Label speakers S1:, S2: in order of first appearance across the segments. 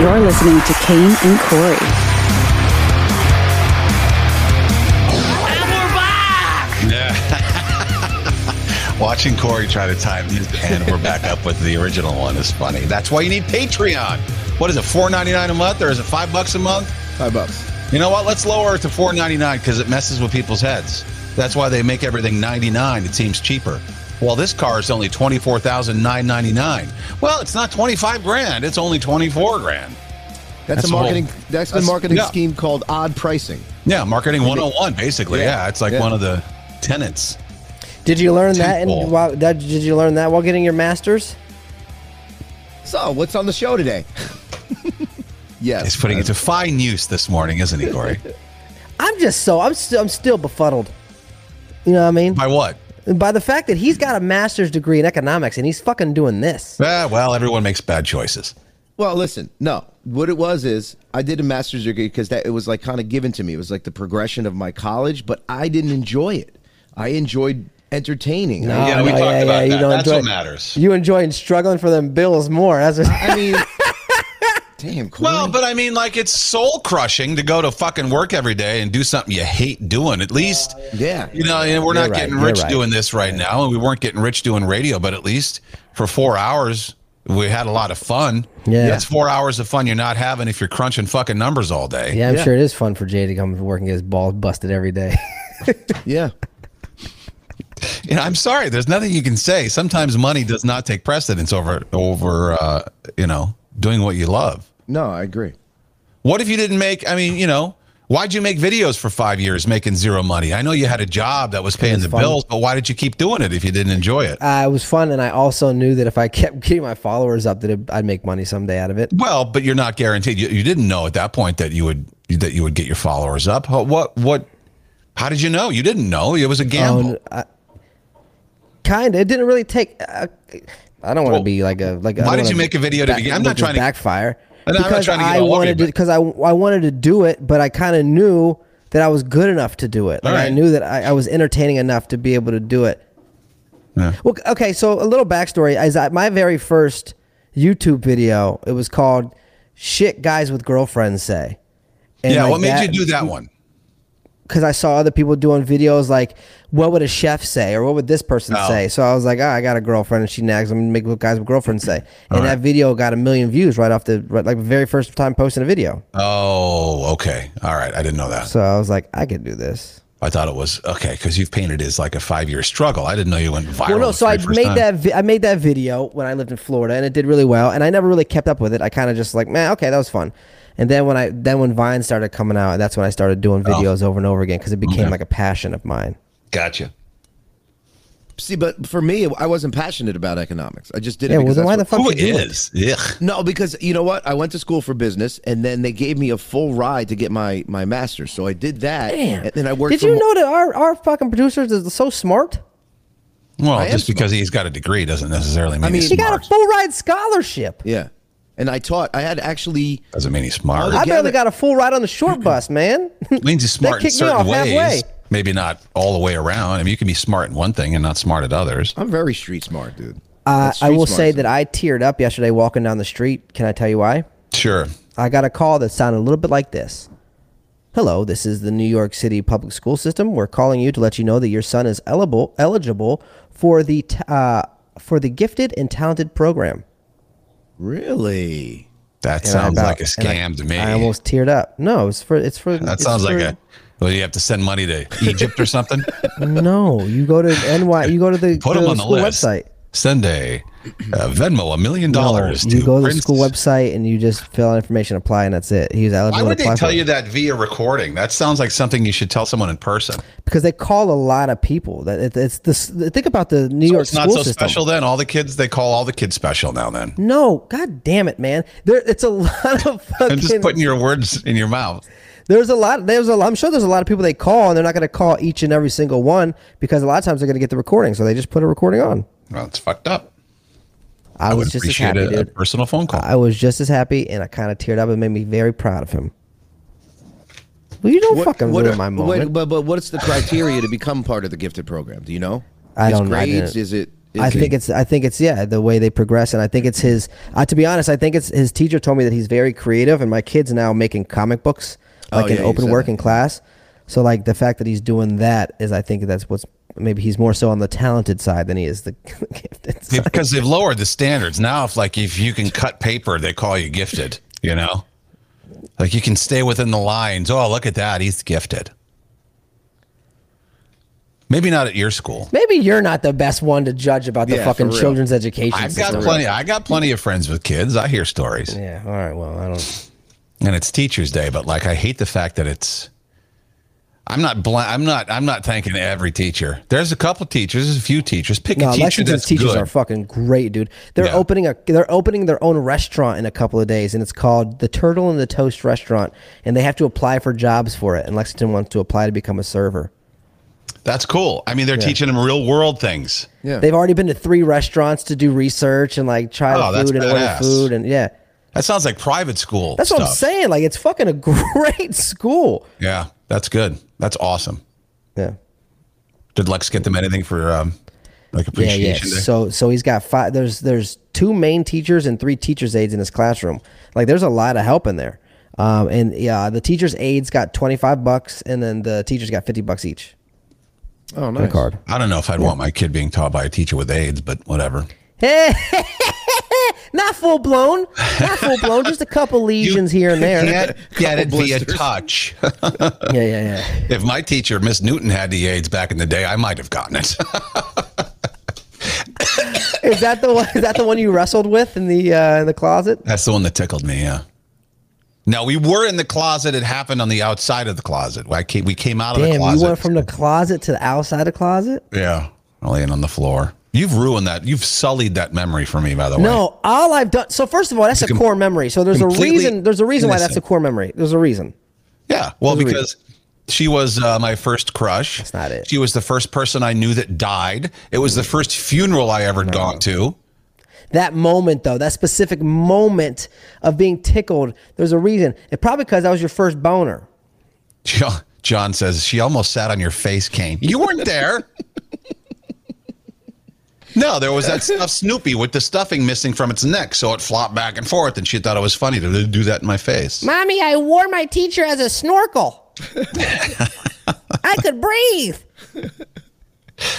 S1: You're listening to Kane and Corey.
S2: Watching Corey try to time his pen, we're back up with the original one is funny. That's why you need Patreon. What is it, four ninety nine a month or is it five bucks a month?
S3: Five bucks.
S2: You know what? Let's lower it to four ninety nine because it messes with people's heads. That's why they make everything ninety nine. It seems cheaper. Well, this car is only twenty four thousand nine ninety nine. Well, it's not twenty five grand. It's only twenty four grand.
S3: That's,
S2: That's
S3: a
S2: a
S3: marketing.
S2: whole-
S3: that's a
S2: that's-
S3: marketing
S2: yeah.
S3: scheme called odd pricing.
S2: Yeah, marketing one hundred and one basically.
S3: Yeah.
S2: Yeah, it's like
S3: Yeah.
S2: one of the tenants.
S4: Did you learn that?
S2: Tentpole.
S4: And while, that did you learn that while getting your master's?
S3: So, what's on the show today? yes,
S2: He's putting it to fine use this morning, isn't he, Corey?
S4: I'm just so I'm still I'm still befuddled. You know what I mean?
S2: By what?
S4: By the fact that he's got a master's degree in economics and he's fucking doing this.
S2: Ah, well, everyone makes bad choices.
S3: Well, listen, no. What it was is I did a master's degree because that it was like kind of given to me. It was like the progression of my college, but I didn't enjoy it. I enjoyed entertaining. I-
S2: Yeah, we talked about that. That's what
S4: enjoy-
S2: matters.
S4: You enjoying struggling for them bills more. That's what,
S3: I mean, damn. Corey.
S2: Well, but I mean, like, it's soul crushing to go to fucking work every day and do something you hate doing. At least,
S3: yeah.
S2: you know, and we're
S4: You're
S2: not
S4: right,
S2: getting
S4: you're
S2: rich
S4: right.
S2: doing this right now, and we weren't getting rich doing radio, but at least for four hours, we had a lot of fun.
S4: Yeah.
S2: That's four hours of fun you're not having if you're crunching fucking numbers all day.
S4: yeah, I'm
S3: Yeah.
S4: sure it is fun for Jay to come to work and get his balls busted every day.
S3: yeah.
S2: You know, I'm sorry. There's nothing you can say. Sometimes money does not take precedence over, over, uh, you know, doing what you love.
S3: No, I agree.
S2: What if you didn't make? I mean, you know, why'd you make videos for five years making zero money? I know you had a job that was paying the
S4: fun.
S2: bills, but why did you keep doing it if you didn't enjoy it?
S4: uh, it was fun, and I also knew that if I kept getting my followers up, that it, I'd make money someday out of it.
S2: well, but you're not guaranteed. You, you didn't know at that point that you would that you would get your followers up. How- What what? How did you know? You didn't know. It was
S4: Oh,
S2: a gamble.
S4: Kind of. It didn't really take. Uh, I don't want to
S2: Well,
S4: be like a like. I
S2: why
S4: don't
S2: did you
S4: wanna
S2: make a video to begin- I'm not
S4: make it
S2: trying to-
S4: backfire.
S2: I'm not
S4: because
S2: trying to get
S4: I
S2: all over you,
S4: wanted to
S2: but-
S4: because I I wanted to do it, but I kind of knew that I was good enough to do it.
S2: All
S4: Like I
S2: right.
S4: knew that I, I was entertaining enough to be able to do it.
S2: Yeah.
S4: Well, okay. So a little backstory is I, my very first YouTube video. It was called "Shit Guys with Girlfriends Say." And
S2: yeah.
S4: like
S2: what made
S4: that-
S2: you do that one?
S4: because I saw other people doing videos like, what would a chef say or what would this person
S2: Oh.
S4: say? So I was like, oh, I got a girlfriend and she nags. I'm gonna make what guys with girlfriends say. And that video got a million views right off the right, like very first time posting a video.
S2: Oh, okay. All right. I didn't know that.
S4: So I was like, I could do this.
S2: I thought it was okay because you've painted it as like a five year struggle. I didn't know you went viral.
S4: Well, no,
S2: the
S4: so
S2: very
S4: I
S2: first
S4: made
S2: time.
S4: that vi- I made that video when I lived in Florida, and it did really well. And I never really kept up with it. I kind of just like, man, okay, that was fun. And then when I then when Vine started coming out, that's when I started doing videos over and over again because it became
S2: Oh. Okay.
S4: like a passion of mine.
S2: Gotcha.
S3: See, but for me, I wasn't passionate about economics. I just didn't.
S4: Yeah, well,
S3: because
S4: then
S3: that's
S4: why
S3: what-
S4: the fuck
S2: Who
S4: you do it?
S2: is? Ugh.
S3: No, because you know what? I went to school for business, and then they gave me a full ride to get my my master's. So I did that,
S4: Damn.
S3: and then I worked.
S4: Did
S3: for
S4: you
S3: mo-
S4: know that our, our fucking producers is so smart?
S2: Well,
S3: I am
S2: just because he's got a degree doesn't necessarily mean
S3: mean,
S2: he's
S4: She
S2: smart.
S4: got a full ride scholarship.
S3: Yeah, and I taught. I had actually.
S2: doesn't mean he's smart.
S4: I
S3: Yeah,
S4: barely
S3: but-
S4: got a full ride on the short bus, man.
S2: It means he's smart in
S4: kicked me
S2: certain
S4: off
S2: ways.
S4: halfway.
S2: Maybe not all the way around. I mean, you can be smart in one thing and not smart at others.
S3: I'm very street smart, dude.
S4: Uh,
S3: That's
S4: I
S3: street
S4: will
S3: smart
S4: say
S3: stuff.
S4: that I teared up yesterday walking down the street. Can I tell you why?
S2: Sure.
S4: I got a call that sounded a little bit like this. Hello, this is the New York City Public School System. We're calling you to let you know that your son is eligible eligible for the t- uh, for the gifted and talented program.
S3: Really.
S2: That
S4: And I
S2: sounds
S4: about-
S2: like a
S4: and I-
S2: scam to me.
S4: I almost teared up. No, it's for it's for
S2: that
S4: it's
S2: sounds like
S4: for-
S2: a. Well, you have to send money to Egypt or something.
S4: No, you go to NY. You go to the,
S2: Put
S4: the
S2: him on the
S4: school
S2: list.
S4: website.
S2: Send a uh, Venmo a million dollars to
S4: You go to the
S2: Prince-
S4: school website and you just fill out information, apply, and that's it. He's eligible.
S2: Why
S4: to
S2: would they
S4: apply
S2: tell
S4: for it.
S2: you that via recording? That sounds like something you should tell someone in person.
S4: Because they call a lot of people. That it, it's this. Think about the New York
S2: It's not
S4: school
S2: so
S4: system.
S2: special then. All the kids, they call all the kids special now then.
S4: No, god damn it, man. There, it's a lot of fucking.
S2: I'm just putting your words in your mouth.
S4: there's a lot. There's a. lot- I'm sure there's a lot of people they call, and they're not going to call each and every single one because a lot of times they're going to get the recording, so they just put a recording on.
S2: Well, it's fucked up.
S4: I,
S2: I,
S4: was
S2: would
S4: just as
S2: appreciate
S4: happy,
S2: a, a
S4: dude.
S2: personal phone call.
S4: I was just as happy, and I kind of teared up. It made me very proud of him. Well, you don't fucking ruin my
S3: wait,
S4: moment.
S3: but but what's the criteria to become part of the gifted program? Do you know?
S4: I
S3: His
S4: don't know. I
S3: grades?
S4: didn't-
S3: Is it
S4: I think it's I think it's yeah the way they progress and I think it's his uh, to be honest I think it's his teacher told me that he's very creative and my kids now making comic books like
S3: Oh, yeah,
S4: in
S3: you
S4: open
S3: said
S4: work
S3: that,
S4: in class so like the fact that he's doing that is I think that's what's maybe he's more so on the talented side than he is the gifted
S2: Yeah,
S4: side.
S2: because they've lowered the standards now. If like if you can cut paper, they call you gifted. You know, like you can stay within the lines. Oh, look at that, he's gifted. Maybe not at your school.
S4: Maybe you're not the best one to judge about the
S3: Yeah,
S4: fucking
S3: for real.
S4: children's education.
S2: I've got
S4: system.
S2: plenty. I got plenty of friends with kids. I hear stories,
S4: Yeah. All right. Well, I don't.
S2: and it's Teachers Day, but like I hate the fact that it's. I'm not. Bl- I'm not. I'm not thanking every teacher. There's a couple teachers. There's a few teachers. Pick
S4: No,
S2: a teacher
S4: Lexington's
S2: that's
S4: teachers
S2: good.
S4: are fucking great, dude. They're
S2: Yeah.
S4: opening a they're opening their own restaurant in a couple of days, and it's called the Turtle and the Toast Restaurant, and they have to apply for jobs for it. And Lexington wants to apply to become a server.
S2: that's cool. I mean, they're teaching them real world things.
S3: Yeah.
S4: They've already been to three restaurants to do research and like try
S2: Oh,
S4: the
S2: that's
S4: food and order
S2: badass.
S4: food, and yeah,
S2: That sounds like private school.
S4: that's what I'm
S2: stuff.
S4: saying. Like it's fucking a great school.
S2: Yeah, that's good. That's awesome.
S4: Yeah.
S2: Did Lex get them anything for um, like
S4: Yeah, yeah.
S2: appreciation day?
S4: So so he's got five. There's there's two main teachers and three teachers aides in his classroom. Like there's a lot of help in there. Um, and yeah, the teachers aides got twenty five bucks, and then the teachers got fifty bucks each.
S3: oh, nice.
S4: Card.
S2: I don't know if I'd want my kid being taught by a teacher with AIDS, but whatever.
S4: Not full blown. Not full blown. Just a couple lesions here and there. Yeah,
S2: get it via
S3: blisters.
S2: touch.
S4: yeah, yeah.
S2: if my teacher, Miss Newton, had the AIDS back in the day, I might have gotten it.
S4: Is that the one? Is that the one you wrestled with in the uh, in the closet?
S2: That's the one that tickled me. Yeah. No, we were in the closet. It happened on the outside of the closet. I came, we came out of the
S4: Damn,
S2: closet.
S4: you went from the closet to the outside of closet.
S2: yeah, laying on the floor. You've ruined that. You've sullied that memory for me, by the way.
S4: No, all I've done. So first of all, that's a
S2: com-
S4: core memory. So there's a
S2: completely
S4: reason. There's a reason why that's a
S2: innocent.
S4: core memory. There's a reason.
S2: Yeah, well,
S4: Those are
S2: because she was uh, my first crush. That's
S4: not it.
S2: She was the first person I knew that died. It was the first funeral I ever gone to.
S4: That moment, though, that specific moment of being tickled, there's a reason. It probably because that was your first boner.
S2: Jo- John says she almost sat on your face, Kane. You weren't there. no, there was that stuff Snoopy with the stuffing missing from its neck, so it flopped back and forth, and she thought it was funny to do that in my face.
S4: Mommy, I wore my teacher as a snorkel. I could breathe.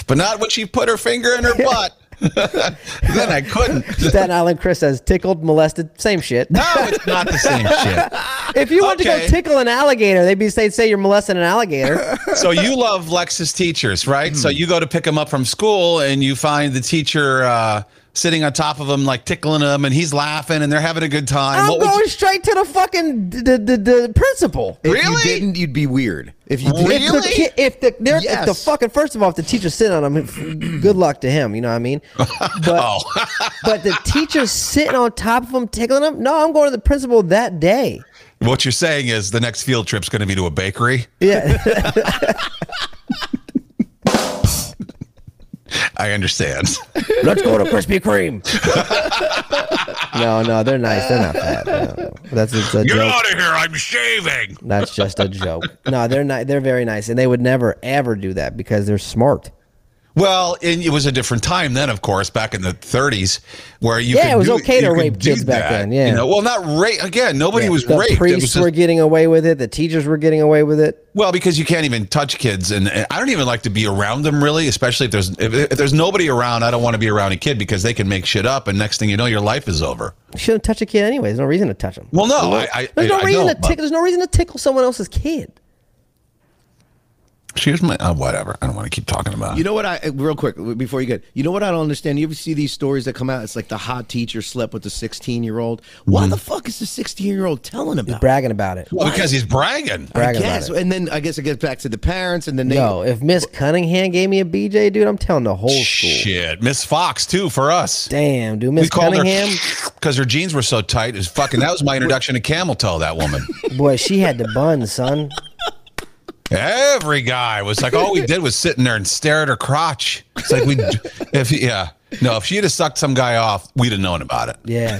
S2: But not when she put her finger in her butt. then I couldn't.
S4: Staten Island Chris says tickled, molested, same shit.
S2: No, it's not the same shit.
S4: If you want to
S2: Okay.
S4: go tickle an alligator, they'd be say say you're molesting an alligator.
S2: so you love Lex's teachers, right? So
S4: Hmm.
S2: you go to pick him up from school and you find the teacher uh, sitting on top of him, like tickling him, and he's laughing and they're having a good time.
S4: I'm
S2: what would
S4: going
S2: you-
S4: straight to the fucking the the, the principal.
S3: If you
S2: Really?
S3: didn't, you'd be weird. If you did,
S2: Really?
S4: If the, ki- if the, there- if the
S3: Yes.
S4: fucking first of all, if the teacher's sitting on him, good luck to him. You know what I mean? But,
S2: Oh.
S4: but the teacher's sitting on top of him, tickling him. No, I'm going to the principal that day.
S2: what you're saying is the next field trip's going to be to a bakery.
S4: Yeah,
S2: I understand.
S4: let's go to Krispy Kreme. no, no, they're nice. They're not bad. No, no. That's it's a
S2: Get
S4: joke.
S2: out of here! I'm shaving.
S4: That's just a joke. No, they're not. They're very nice, and they would never ever do that because they're smart.
S2: Well, and it was a different time then, of course, back in the 30s, where you
S4: Yeah,
S2: could
S4: it was
S2: do-
S4: okay to
S2: you could
S4: rape
S2: do
S4: kids back
S2: that,
S4: then, yeah.
S2: you know, well, not rape again. Nobody was
S4: the
S2: raped. It was
S4: priests
S2: just-
S4: were getting away with it. The teachers were getting away with it.
S2: Well, because you can't even touch kids, and and I don't even like to be around them really, especially if there's if, if there's nobody around. I don't want to be around a kid because they can make shit up, and next thing you know, your life is over.
S4: You shouldn't touch a kid anyway. There's no reason to touch him.
S2: Well, no, I, I
S4: There's no
S2: I- I
S4: reason
S2: know,
S4: to tickle. There's no reason to tickle someone else's kid.
S2: but Here's my uh, whatever. I don't want to keep talking about. it.
S3: You know what I eh, real quick before you get you know what I don't understand? You ever see these stories that come out? It's like the hot teacher slept with the sixteen year old.
S4: Mm-hmm.
S3: Why the fuck is the sixteen year old telling about? it?
S4: Bragging about it.
S2: Well, because he's bragging.
S3: I
S4: bragging about
S3: guess.
S4: it.
S3: And then I guess it gets back to the parents and then they
S4: Yo, if Miss Cunningham gave me a BJ, dude, I'm telling the whole school.
S2: Shit, Miss Fox too for us.
S4: Damn, dude,
S2: We
S4: Miss
S2: called
S4: Cunningham,
S2: her because her jeans were so tight. Is fucking that was my introduction to camel toe. That woman.
S4: boy, she had the bun, son.
S2: Every guy was like, all we did was sit in there and stare at her crotch. It's like we, if yeah, no, if she would have sucked some guy off, we'd have known about it.
S4: Yeah.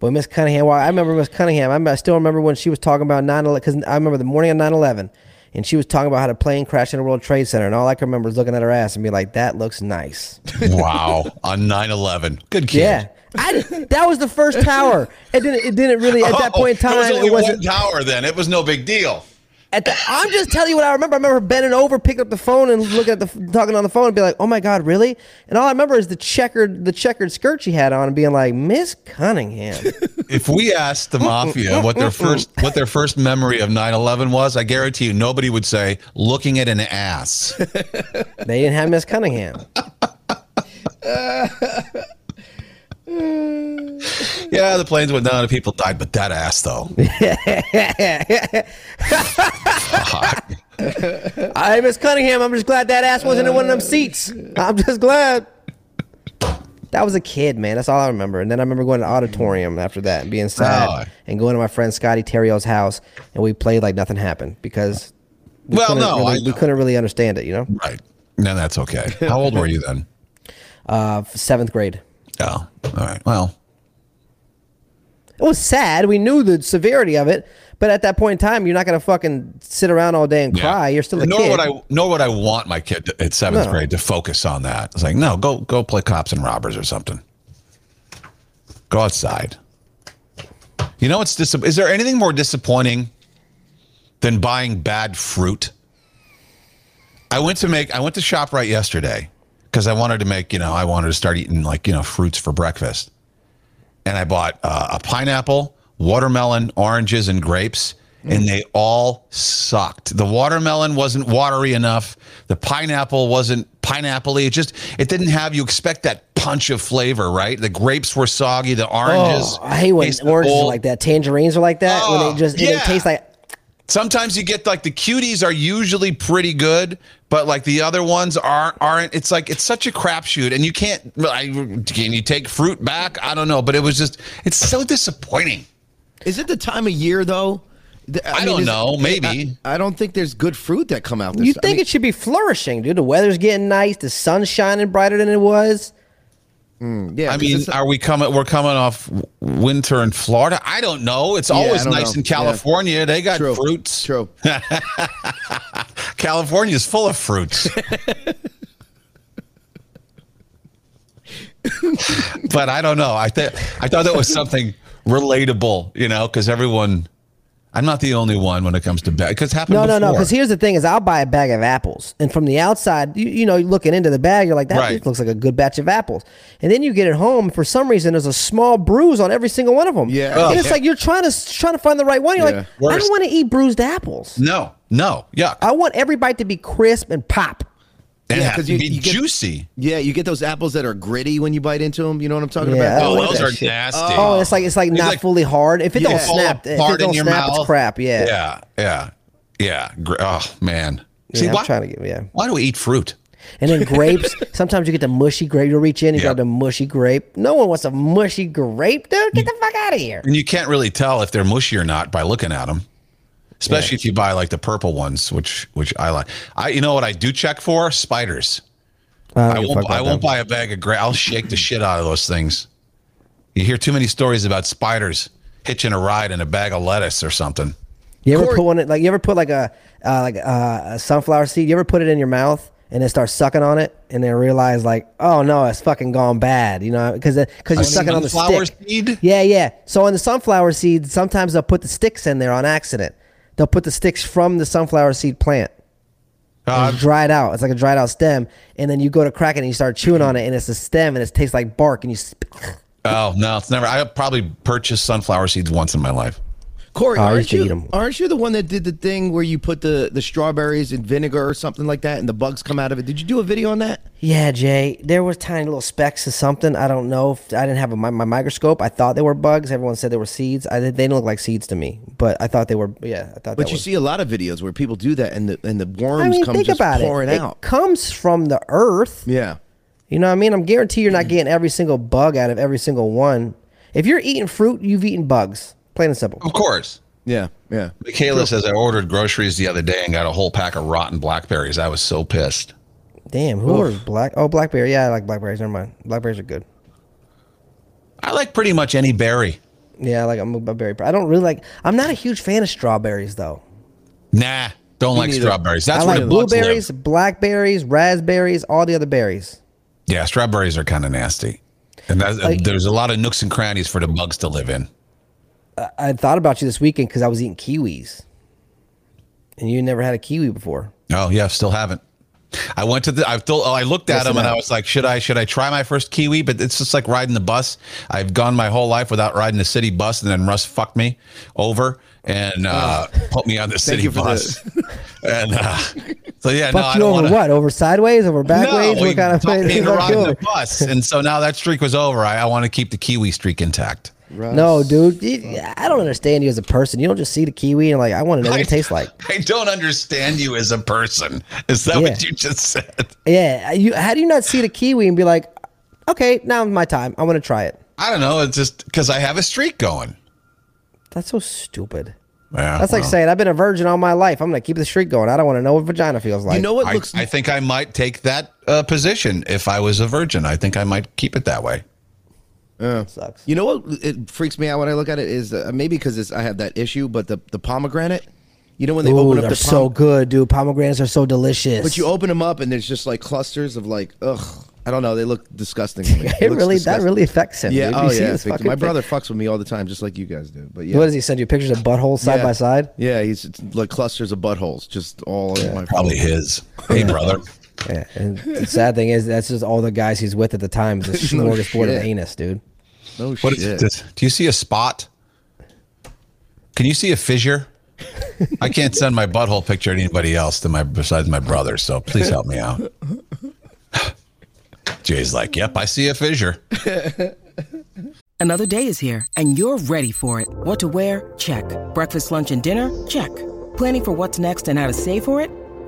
S4: But Miss Cunningham, well, I remember Miss Cunningham. I, I still remember when she was talking about 9 11, because I remember the morning of 9 11, and she was talking about how the plane crashed in the World Trade Center, and all I can remember is looking at her ass and be like, "That looks nice."
S2: wow. On 9 11. Good kid.
S4: Yeah, I did- that was the first tower. It didn't. It didn't really at that
S2: Oh,
S4: point in time.
S2: There was only
S4: it wasn't.
S2: one tower then. It was no big deal.
S4: At the, I'm just telling you what I remember. I remember bending over, picking up the phone, and looking at the talking on the phone, and be like, "Oh my god, really?" And all I remember is the checkered the checkered skirt she had on, and being like, "Miss Cunningham."
S2: If we asked the mafia what their first what their first memory of 9/11 was, I guarantee you nobody would say looking at an ass.
S4: they didn't have Miss Cunningham.
S2: yeah, the planes went down and people died, but that ass though.
S4: I Miss Cunningham. I'm just glad that ass wasn't in one of them seats. I'm just glad. That was a kid, man. That's all I remember. And then I remember going to auditorium after that and being sad
S2: Oh.
S4: and going to my friend Scotty Terrio's house and we played like nothing happened because we
S2: well,
S4: couldn't
S2: no,
S4: really-
S2: I
S4: we
S2: know.
S4: couldn't really understand it, you know.
S2: Right. No, that's okay. How old were you then?
S4: Uh, seventh grade.
S2: Oh, all right. Well,
S4: It was sad. We knew the severity of it, but at that point in time, you're not gonna fucking sit around all day and cry. You're still a
S2: nor
S4: kid.
S2: would I nor would I want my kid to, at seventh
S4: No.
S2: grade to focus on that. It's like, no, go go play cops and robbers or something. Go outside. You know what's dis- is there anything more disappointing than buying bad fruit? I went to make I went to ShopRite yesterday because I wanted to make, you know, I wanted to start eating like, you know, fruits for breakfast. And I bought uh, a pineapple, watermelon, oranges and grapes, and they all sucked. The watermelon wasn't watery enough, the pineapple wasn't pineapple It just it didn't have you expect that punch of flavor, right? The grapes were soggy, the oranges
S4: Oh, I hate when
S2: tasted
S4: oranges are
S2: old.
S4: like that. Tangerines are like that. when
S2: Oh,
S4: they just
S2: yeah.
S4: they taste like
S2: Sometimes you get like the cuties are usually pretty good, but like the other ones aren't. Aren't it's like it's such a crapshoot, and you can't. I, can you take fruit back? I don't know, but it was just it's so disappointing.
S3: Is it the time of year though? Th-
S2: I don't
S3: is-
S2: know,
S3: I-
S2: maybe.
S3: I, don't think there's good fruit that come out. This
S4: you
S3: I
S4: think
S3: mean,
S4: it should be flourishing, dude. The weather's getting nice. The sun's shining brighter than it was.
S3: Yeah,
S2: I
S3: 'cause
S2: mean,
S3: it's not-
S2: are we coming? We're coming off w- winter in Florida. I don't know. It's always
S3: I don't
S2: nice
S3: know.
S2: in California. They got
S3: True.
S2: fruits.
S3: True.
S2: California's full of fruits. but I don't know. I think I thought that was something relatable, you know, because everyone. I'm not the only one when it comes to bag. Because happened.
S4: No, no, no.
S2: before.
S4: Because here's the thing: is I'll buy a bag of apples, and from the outside, you, you know, looking into the bag, you're like, that
S2: Right.
S4: looks like a good batch of apples. And then you get it home, for some reason, there's a small bruise on every single one of them.
S3: Yeah.
S4: and
S3: Oh.
S4: it's like you're trying to s- trying to find the right one. You're
S3: Yeah.
S4: like, I
S2: Worst.
S4: don't want to eat bruised apples.
S2: no, no, yeah,
S4: I want every bite to be crisp and pop.
S2: and
S3: Yeah,
S2: it has
S3: 'cause
S2: to
S3: you-
S2: be
S3: you get-
S2: juicy.
S3: yeah, you get those apples that are gritty when you bite into them. You know what I'm talking
S4: Yeah.
S3: about?
S4: Oh,
S2: Oh,
S4: what
S2: those
S4: that
S2: are
S4: shit.
S2: nasty.
S4: Oh, it's like it's like not
S2: like-
S4: fully hard. If it
S3: Yeah.
S4: don't
S2: fall
S4: snap, if it
S2: apart in
S4: don't
S2: your
S4: snap,
S2: mouth.
S4: it's crap. Yeah.
S2: yeah, yeah, yeah. Gr- Oh man, see
S4: Yeah, I'm
S2: why?
S4: trying to get- yeah.
S2: Why do we eat fruit?
S4: And then grapes. Sometimes you get the mushy grape. You reach in, you
S2: Yeah.
S4: grab the mushy grape. No one wants a mushy grape, dude. Get the fuck out of here.
S2: And you can't really tell if they're mushy or not by looking at them. Especially if you buy like the purple ones, which which I like. I you know what I do check for? Spiders. I,
S4: give a fuck
S2: won't
S4: about
S2: I won't
S4: them.
S2: buy a bag of gray. I'll shake the shit out of those things. You hear too many stories about spiders hitching a ride in a bag of lettuce or something.
S4: You ever
S3: Corey-
S4: put one in- like you ever put like a uh, like uh, a sunflower seed? You ever put it in your mouth and then start sucking on it and then realize like, oh no, it's fucking gone bad, you know? Because because you're sucking on the
S2: sunflower
S4: stick.
S2: seed?
S4: Yeah, yeah. So on the sunflower seed, sometimes they'll put the sticks in there on accident. They'll put the sticks from the sunflower seed plant.
S2: Uh,
S4: It's dried out. It's like a dried out stem, and then you go to crack it and you start chewing on it, and it's a stem, and it tastes like bark, and you. Sp-
S2: oh no, it's never. I probably purchased sunflower seeds once in my life.
S3: Corey,
S4: Oh, I used
S3: aren't
S4: to
S3: you
S4: eat 'em.
S3: aren't you the one that did the thing where you put the the strawberries in vinegar or something like that, and the bugs come out of it? Did you do a video on that?
S4: yeah, Jay. There was tiny little specks of something. I don't know. if I didn't have a, my, my microscope. I thought they were bugs. Everyone said they were seeds. I, they didn't look like seeds to me, but I thought they were. Yeah, I thought.
S3: But
S4: that
S3: you
S4: was,
S3: see a lot of videos where people do that, and the and the worms
S4: I mean,
S3: come
S4: think
S3: just
S4: about
S3: pouring
S4: it.
S3: out.
S4: It comes from the earth.
S3: yeah,
S4: You know what I mean? I'm guarantee you're
S3: Mm-hmm.
S4: not getting every single bug out of every single one. If you're eating fruit, you've eaten bugs. Plain and
S3: Oh.
S4: simple.
S2: Of course.
S3: yeah, yeah.
S2: Michaela says I ordered groceries the other day and got a whole pack of rotten blackberries. I was so pissed.
S4: Damn, who are black? Oh, blackberry. Yeah, I like blackberries. Never mind. Blackberries are good.
S2: I like pretty much any berry.
S4: Yeah, like I'm a berry. I don't really like. I'm not a huge fan of strawberries though.
S2: Nah, Don't like
S3: need a-
S2: strawberries. That's
S4: I
S2: where
S4: like
S2: the bugs live.
S4: blueberries, blackberries, raspberries, all the other berries.
S2: Yeah, strawberries are kind of nasty, and that's, there's a lot of nooks and crannies for the bugs to live in.
S4: I thought about you this weekend because I was eating kiwis, and you never had a kiwi before.
S2: Oh yeah, still haven't. I went to the. I still. I looked at them and I was like, should I? Should I try my first kiwi? But it's just like riding the bus. I've gone my whole life without riding the city bus, and then Russ fucked me over and uh,
S4: Ah.
S2: put me on the city
S3: you for
S2: bus. and uh, so yeah, no,
S4: Fuck
S2: I
S4: you
S2: don't
S4: over
S2: want
S4: what? Over sideways? Over backways?
S2: No,
S4: what
S2: he
S4: kind of
S2: taught
S4: way
S2: me
S4: they
S2: to
S4: fuck
S2: ride
S4: you
S2: the
S4: over?
S2: bus, and so now that streak was over. I, I want to keep the kiwi streak intact.
S4: No, dude. you- I don't understand you as a person. You don't just see the kiwi and like, I want to know what it tastes like.
S2: I don't understand you as a person. Is that what
S4: Yeah.
S2: you just said?
S4: Yeah. You, how do you not see the kiwi and be like, okay, now's my time. I want to try it.
S2: I don't know. It's just because I have a streak going.
S4: That's so stupid.
S2: Yeah,
S4: That's like
S2: well,
S4: saying I've been a virgin all my life. I'm gonna keep the streak going. I don't want to know what vagina feels like.
S3: You know what
S2: I,
S3: looks
S2: I think I might take that uh, position if I was a virgin. I think I might keep it that way.
S4: That sucks.
S3: You know what it freaks me out when I look at it is uh, maybe because it's I have that issue, but the the pomegranate. You know when they
S4: Ooh,
S3: open up
S4: they're
S3: the
S4: so
S3: pom-
S4: good, dude. Pomegranates are so delicious.
S3: but you open them up and there's just like clusters of like ugh. I don't know. They look disgusting. To me.
S4: it
S3: looks
S4: really that
S3: disgusting.
S4: really affects him.
S3: Yeah.
S4: dude. You
S3: Oh
S4: see
S3: yeah.
S4: this
S3: it's like-
S4: fucking
S3: My
S4: thing?
S3: brother fucks with me all the time, just like you guys do. But yeah.
S4: What does he send you pictures of buttholes side
S3: Yeah.
S4: by side?
S3: Yeah. He's it's like clusters of buttholes, just all in my
S2: Probably his. Hey, brother.
S4: Yeah. And the sad thing is, that's just all the guys he's with at the time. The smorgasbord
S3: shit.
S4: of anus, dude.
S3: No
S2: What is
S3: shit.
S2: this? Do you see a spot? Can you see a fissure? I can't send my butthole picture to anybody else than my besides my brother. So please help me out. Jay's like, "Yep, I see a fissure."
S5: Another day is here, and you're ready for it. What to wear? Check. Breakfast, lunch, and dinner? Check. Planning for what's next and how to save for it?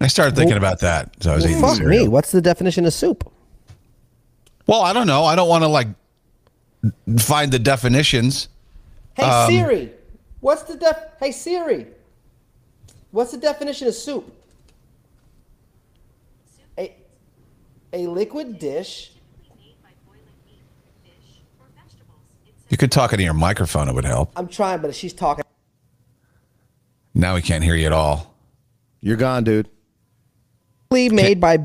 S2: I started thinking about that. So I was eating
S4: Fuck
S2: cereal.
S4: me. What's the definition of soup?
S2: Well, I don't know. I don't want to like find the definitions.
S4: Hey
S3: Um,
S4: Siri, what's the def? Hey Siri, what's the definition of soup? A, a liquid dish.
S2: You could talk into your microphone; it would help.
S4: I'm trying, but she's talking.
S2: Now we can't hear you at all.
S3: You're gone, dude.
S4: Made by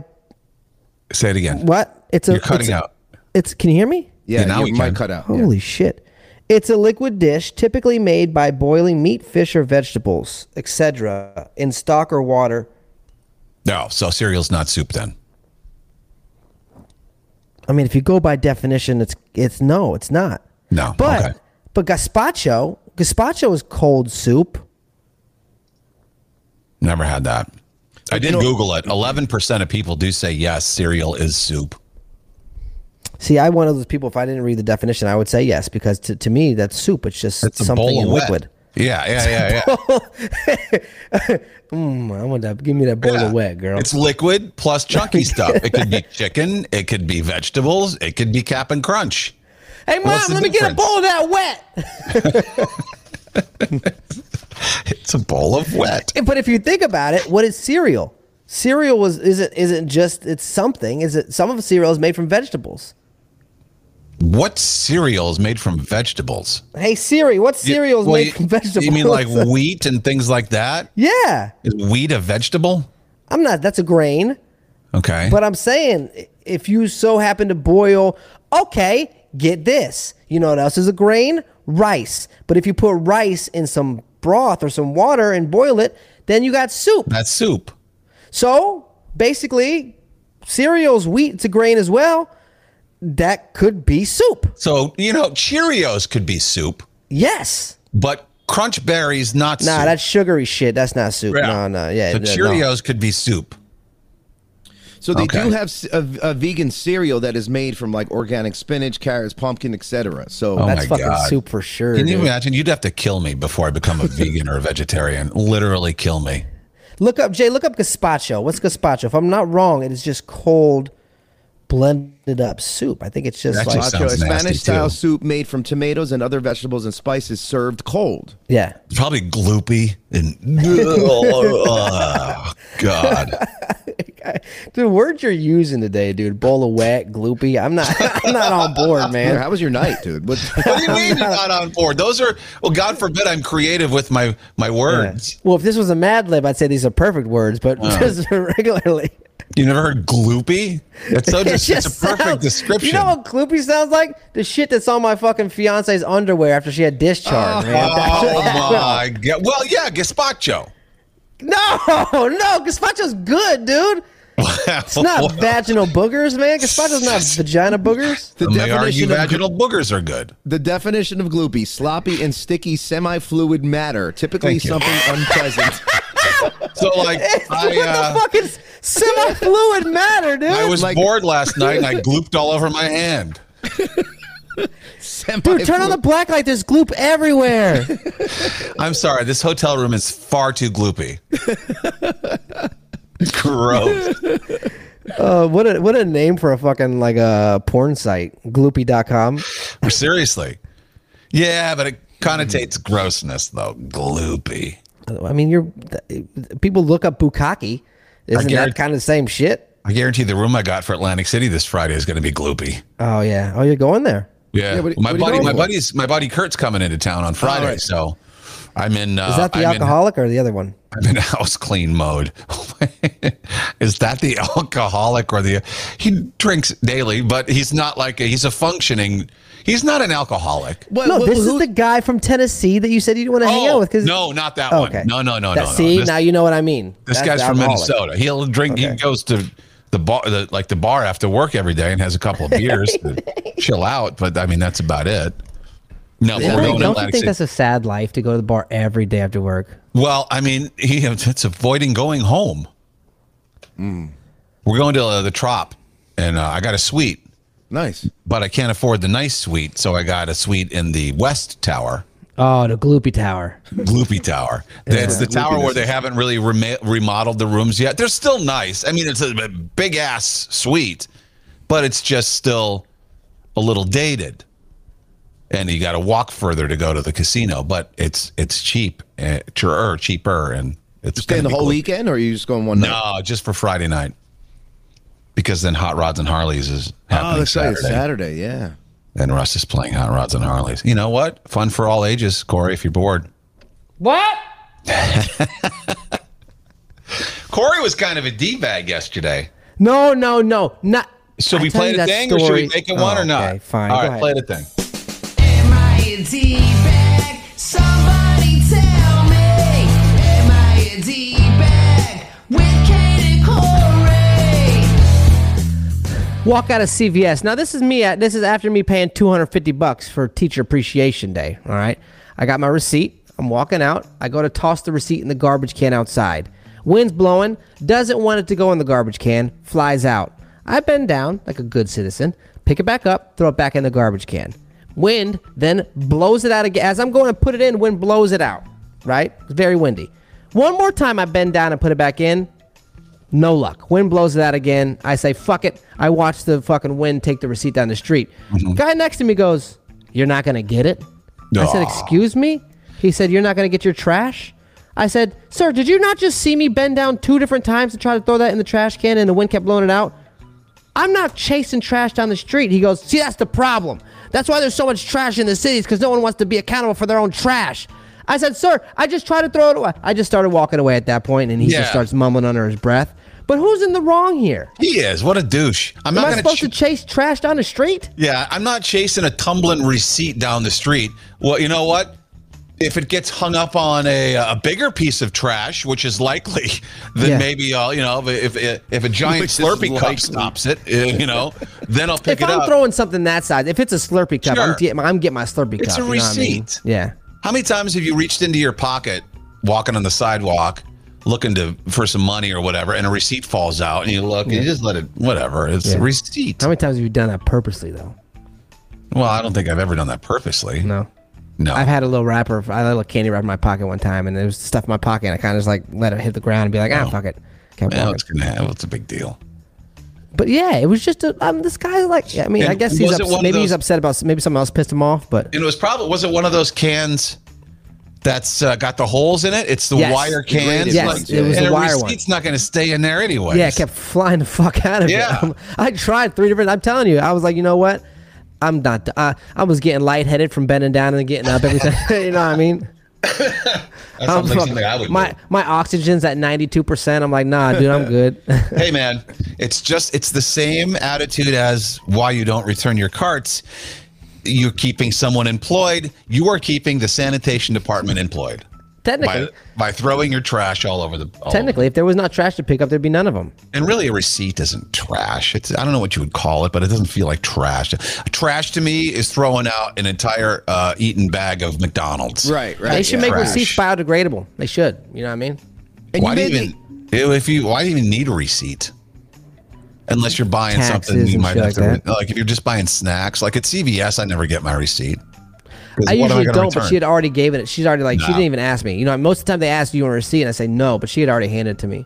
S2: Say it again.
S4: what? It's a.
S2: You're cutting
S4: it's a-
S2: out.
S4: It's. Can you hear me?
S3: Yeah.
S2: Yeah, now
S3: your
S2: we
S3: mic
S2: can.
S3: cut out. yeah.
S4: Holy shit. It's a liquid dish typically made by boiling meat, fish, or vegetables, etc., in stock or water.
S2: No, so cereal's not soup then.
S4: I mean, if you go by definition, it's it's no, it's not.
S2: No,
S4: But
S2: okay.
S4: but gazpacho, gazpacho is cold soup.
S2: Never had that. I did
S3: know-
S2: Google it. Eleven percent of people do say yes, cereal is soup.
S4: See, I'm one of those people. If I didn't read the definition, I would say yes because to, to me that's soup. It's just
S2: It's a
S4: something
S2: bowl of
S4: in
S2: wet.
S4: liquid.
S2: Yeah, yeah, yeah, yeah.
S4: Mm, I want that. Give me that bowl
S2: Yeah.
S4: of wet, girl.
S2: It's liquid plus chunky stuff. It could be chicken. It could be vegetables. It could be Cap and Crunch.
S4: hey, mom,
S2: what's
S4: let me
S2: the
S4: get a
S2: difference?
S4: bowl of that wet.
S2: It's a bowl of wet.
S4: but if you think about it, what is cereal? Cereal was isn't isn't just it's something. Is it some of the cereal is made from vegetables?
S2: What cereal is made from vegetables?
S4: Hey Siri, what cereal is
S2: Well,
S4: made
S2: you-
S4: from vegetables?
S2: You mean like wheat and things like that?
S4: yeah?
S2: Is wheat a vegetable?
S4: I'm not. That's a grain.
S2: Okay.
S4: But I'm saying, i- if you so happen to boil, okay, get this. You know what else is a grain? Rice. But if you put rice in some broth or some water and boil it, then you got soup.
S2: that's soup.
S4: So basically, cereals, wheat, it's a grain as well. That could be soup.
S2: So, you know, Cheerios could be soup,
S4: Yes.
S2: but crunch berries not
S4: Nah,
S2: soup.
S4: that's sugary shit. That's not soup. No, no, yeah.
S2: So
S4: no.
S2: Cheerios could be soup.
S3: So they
S2: Okay.
S3: do have s- a, a vegan cereal that is made from like organic spinach, carrots, pumpkin, etc. So
S2: Oh
S4: That's
S2: my
S4: fucking
S2: God.
S4: soup for sure.
S2: Can you
S4: dude.
S2: imagine? You'd have to kill me before I become a vegan or a vegetarian. Literally kill me.
S4: Look up Jay. Look up gazpacho. What's gazpacho? If I'm not wrong, it is just cold, blended up soup. I think it's just
S2: That
S4: like
S2: just
S3: Gazpacho,
S2: sounds
S3: a
S2: nasty,
S3: Spanish style
S2: too.
S3: soup made from tomatoes and other vegetables and spices served cold.
S4: yeah.
S2: It's probably gloopy and oh, God.
S4: The words you're using today, dude. Bowl of wet, gloopy. I'm not. I'm not on board,
S3: Here,
S4: man.
S3: how was your night, dude? What,
S2: What do you mean you're not on board? Those are well, God forbid I'm creative with my my words.
S4: Well, if this was a Mad Lib, I'd say these are perfect words, but
S2: Uh.
S4: just regularly.
S2: You never heard gloopy? That's so just, it's a perfect
S4: sounds-
S2: description.
S4: You know what gloopy sounds like? The shit that's on my fucking fiance's underwear after she had discharge, man. That's what
S2: oh
S4: that-
S2: my God! Well, yeah, gazpacho.
S4: No, no, gazpacho's good, dude. It's not
S2: Oh,
S4: vaginal boogers, man. Gazpacho's not vagina boogers.
S3: the,
S2: they argue
S3: definition of,
S2: vaginal boogers are good.
S3: the definition of gloopy, sloppy and sticky semi-fluid matter, typically
S2: Thank you.
S3: something unpleasant.
S2: So like I,
S4: what
S2: uh,
S4: the fuck is semi-fluid matter, dude?
S2: I was
S3: Like-
S2: bored last night and I glooped all over my hand.
S4: dude, turn on the black light. There's gloop everywhere.
S2: I'm sorry, this hotel room is far too gloopy. Gross.
S4: uh, what a what a name for a fucking like a porn site. Gloopy.com.
S2: Seriously. Yeah, but it connotates grossness though. Gloopy.
S4: I mean, you're th- people look up bukkake. Isn't
S2: guarantee-
S4: that kind of the same shit?
S2: I guarantee the room I got for Atlantic City this Friday is going to be gloopy.
S4: Oh yeah. Oh, you're going there.
S2: Yeah,
S3: Yeah, what-
S2: my
S3: what are you
S2: buddy,
S3: going
S2: my
S3: for?
S2: buddy's, my buddy Kurt's coming into town on Friday,
S3: right.
S2: so I'm in. Uh,
S4: Is that the
S2: I'm
S4: alcoholic or the other one?
S2: In, I'm in house clean mode. is that the alcoholic or the? He drinks daily, but he's not like a, he's a functioning. He's not an alcoholic.
S3: What-
S4: No,
S3: what-
S4: this
S3: who-
S4: is the guy from Tennessee that you said you didn't want to hang out with.
S2: Oh, no, not that
S4: Oh,
S2: one. No, no, no,
S4: That-
S2: no, no.
S4: See,
S2: This-
S4: now you know what I mean.
S2: This
S4: That's
S2: guy's
S4: the
S2: from
S4: alcoholic.
S2: Minnesota. He'll drink. He goes to the bar, the, like the bar after work every day, and has a couple of beers to chill out. But I mean, that's about it. No, but
S4: Don't
S2: we're
S4: you-
S2: going
S4: don't
S2: to
S4: you
S2: Atlantic
S4: think
S2: City.
S4: that's a sad life to go to the bar every day after work?
S2: Well, I mean, he, it's avoiding going home. We're going to uh, the Trop, and uh, I got a suite,
S3: nice.
S2: but I can't afford the nice suite, so I got a suite in the West Tower,
S4: Oh, the Gloopy Tower.
S2: Gloopy Tower. That's the tower where they haven't really rema remodeled the rooms yet. They're still nice. I mean, it's a big ass suite, but it's just still a little dated. And you got to walk further to go to the casino, but it's it's cheap, uh, cheaper, cheaper, and it's
S3: Staying
S2: gonna
S3: the
S2: be
S3: whole
S2: cool.
S3: weekend, or are you just going one night?
S2: No, just for Friday night. Because then Hot Rods and Harleys is happening
S3: Oh, that's right.
S2: Saturday,
S3: It's Saturday, yeah.
S2: and Russ is playing Hot Rods and Harleys. You know what? Fun for all ages, Corey. If you're bored,
S6: What?
S2: Corey was kind of a d bag yesterday.
S4: No, no, no, not.
S2: Should
S4: I
S2: we
S4: tell
S2: play
S4: you
S2: the
S4: that
S2: thing, or should we
S4: story-
S2: make it one
S4: Oh,
S2: or not?
S4: Okay, fine.
S2: All
S4: Go
S2: right,
S4: ahead.
S2: play the thing.
S7: Am I a D-bag? Somebody tell me. Am I a D-bag? With Kate and Corey.
S4: Walk out of CVS. Now this is me. At, this is after me paying 250 bucks for Teacher Appreciation Day. All right, I got my receipt. I'm walking out. I go to toss the receipt in the garbage can outside. Wind's blowing. Doesn't want it to go in the garbage can. Flies out. I bend down like a good citizen. Pick it back up. Throw it back in the garbage can. Wind then blows it out again. As I'm going to put it in, wind blows it out. Right? It's very windy. One more time, I bend down and put it back in. No luck. Wind blows it out again. I say, fuck it. I watch the fucking wind take the receipt down the street. Guy next to me goes, You're not going to get it? I said,
S2: Aw.
S4: Excuse me? He said, You're not going to get your trash? I said, Sir, did you not just see me bend down two different times to try to throw that in the trash can and the wind kept blowing it out? I'm not chasing trash down the street. He goes, See, that's the problem. That's why there's so much trash in the cities because no one wants to be accountable for their own trash. I said, Sir, I just tried to throw it away. I just started walking away at that point, and he
S2: Yeah.
S4: just starts mumbling under his breath. But who's in the wrong here?
S2: He is what a douche. I'm
S4: Am
S2: not
S4: I
S2: going
S4: supposed to chase trash down the street?
S2: Yeah, I'm not chasing a tumbling receipt down the street. Well, you know what? If it gets hung up on a, a bigger piece of trash, which is likely, then
S4: Yeah.
S2: maybe I'll, you know, if if, if a giant
S3: Which is
S2: Slurpee cup
S3: likely.
S2: stops it, uh, you know, then I'll pick
S4: if
S2: it
S4: I'm
S2: up.
S4: throwing something that size, if it's a Slurpee cup,
S2: Sure.
S4: I'm, t- I'm getting my Slurpee
S2: It's
S4: cup.
S2: a
S4: you know what I mean?
S2: receipt.
S4: Yeah.
S2: How many times have you reached into your pocket, walking on the sidewalk, looking to for some money or whatever, and a receipt falls out, and you look and you just let it, whatever. It's a
S4: Yeah.
S2: receipt.
S4: How many times have you done that purposely, though?
S2: Well, I don't think I've ever done that purposely.
S4: No.
S2: No.
S4: I've had a little wrapper, I had a little candy wrapper in my pocket one time, and there was stuff in my pocket, and I kind of just like let it hit the ground and be like, ah, fuck it. Kept
S2: Oh. Well,
S4: walking.
S2: it's gonna happen. It's a big deal.
S4: But yeah, it was just a, um, this guy's like, I mean,
S2: And
S4: I guess he's
S2: was it
S4: ups-
S2: one of
S4: maybe he's
S2: those-
S4: upset about maybe something else pissed him off, but
S2: And it was probably was it one of those cans that's uh, got the holes in it? It's the
S4: Yes.
S2: wire cans.
S4: Yes, it was
S2: and
S4: the wire
S2: a
S4: one.
S2: receipt's not going to stay in there anyway.
S4: Yeah, it kept flying the fuck out of
S2: Yeah.
S4: it. I tried three different. I'm telling you, I was like, you know what? I'm not. Uh, I was getting lightheaded from bending down and getting up every time. you know what I mean?
S2: That sounds like something I would
S4: my
S2: do.
S4: my oxygen's at 92. percent I'm like, nah, dude, I'm good.
S2: hey man, it's just it's the same attitude as why you don't return your carts. You're keeping someone employed. You are keeping the sanitation department employed by,
S4: technically,
S2: by throwing your trash all over the. all over.
S4: technically, if there was not trash to pick up, there'd be none of them.
S2: and really, a receipt isn't trash. It's I don't know what you would call it, but it doesn't feel like trash. Trash to me is throwing out an entire uh, eaten bag of McDonald's.
S3: Right, right.
S4: They should make
S2: Trash.
S4: receipts biodegradable. They should. You know what I mean?
S3: And
S2: why do
S3: you
S2: you
S3: made
S2: even ew, if you why do you even need a receipt? Unless you're buying something
S4: Taxes
S2: you
S4: and
S2: might
S4: shit
S2: have to
S4: like
S2: re- like if you're just buying snacks, like at CVS I never get my receipt. 'Cause
S4: I
S2: what am
S4: usually
S2: gonna
S4: don't, but
S2: return?
S4: she had already gave it. She's already like she
S2: Nah.
S4: didn't even ask me. You know, most of the time they ask do you want a receipt, and I say no, but she had already handed it to me.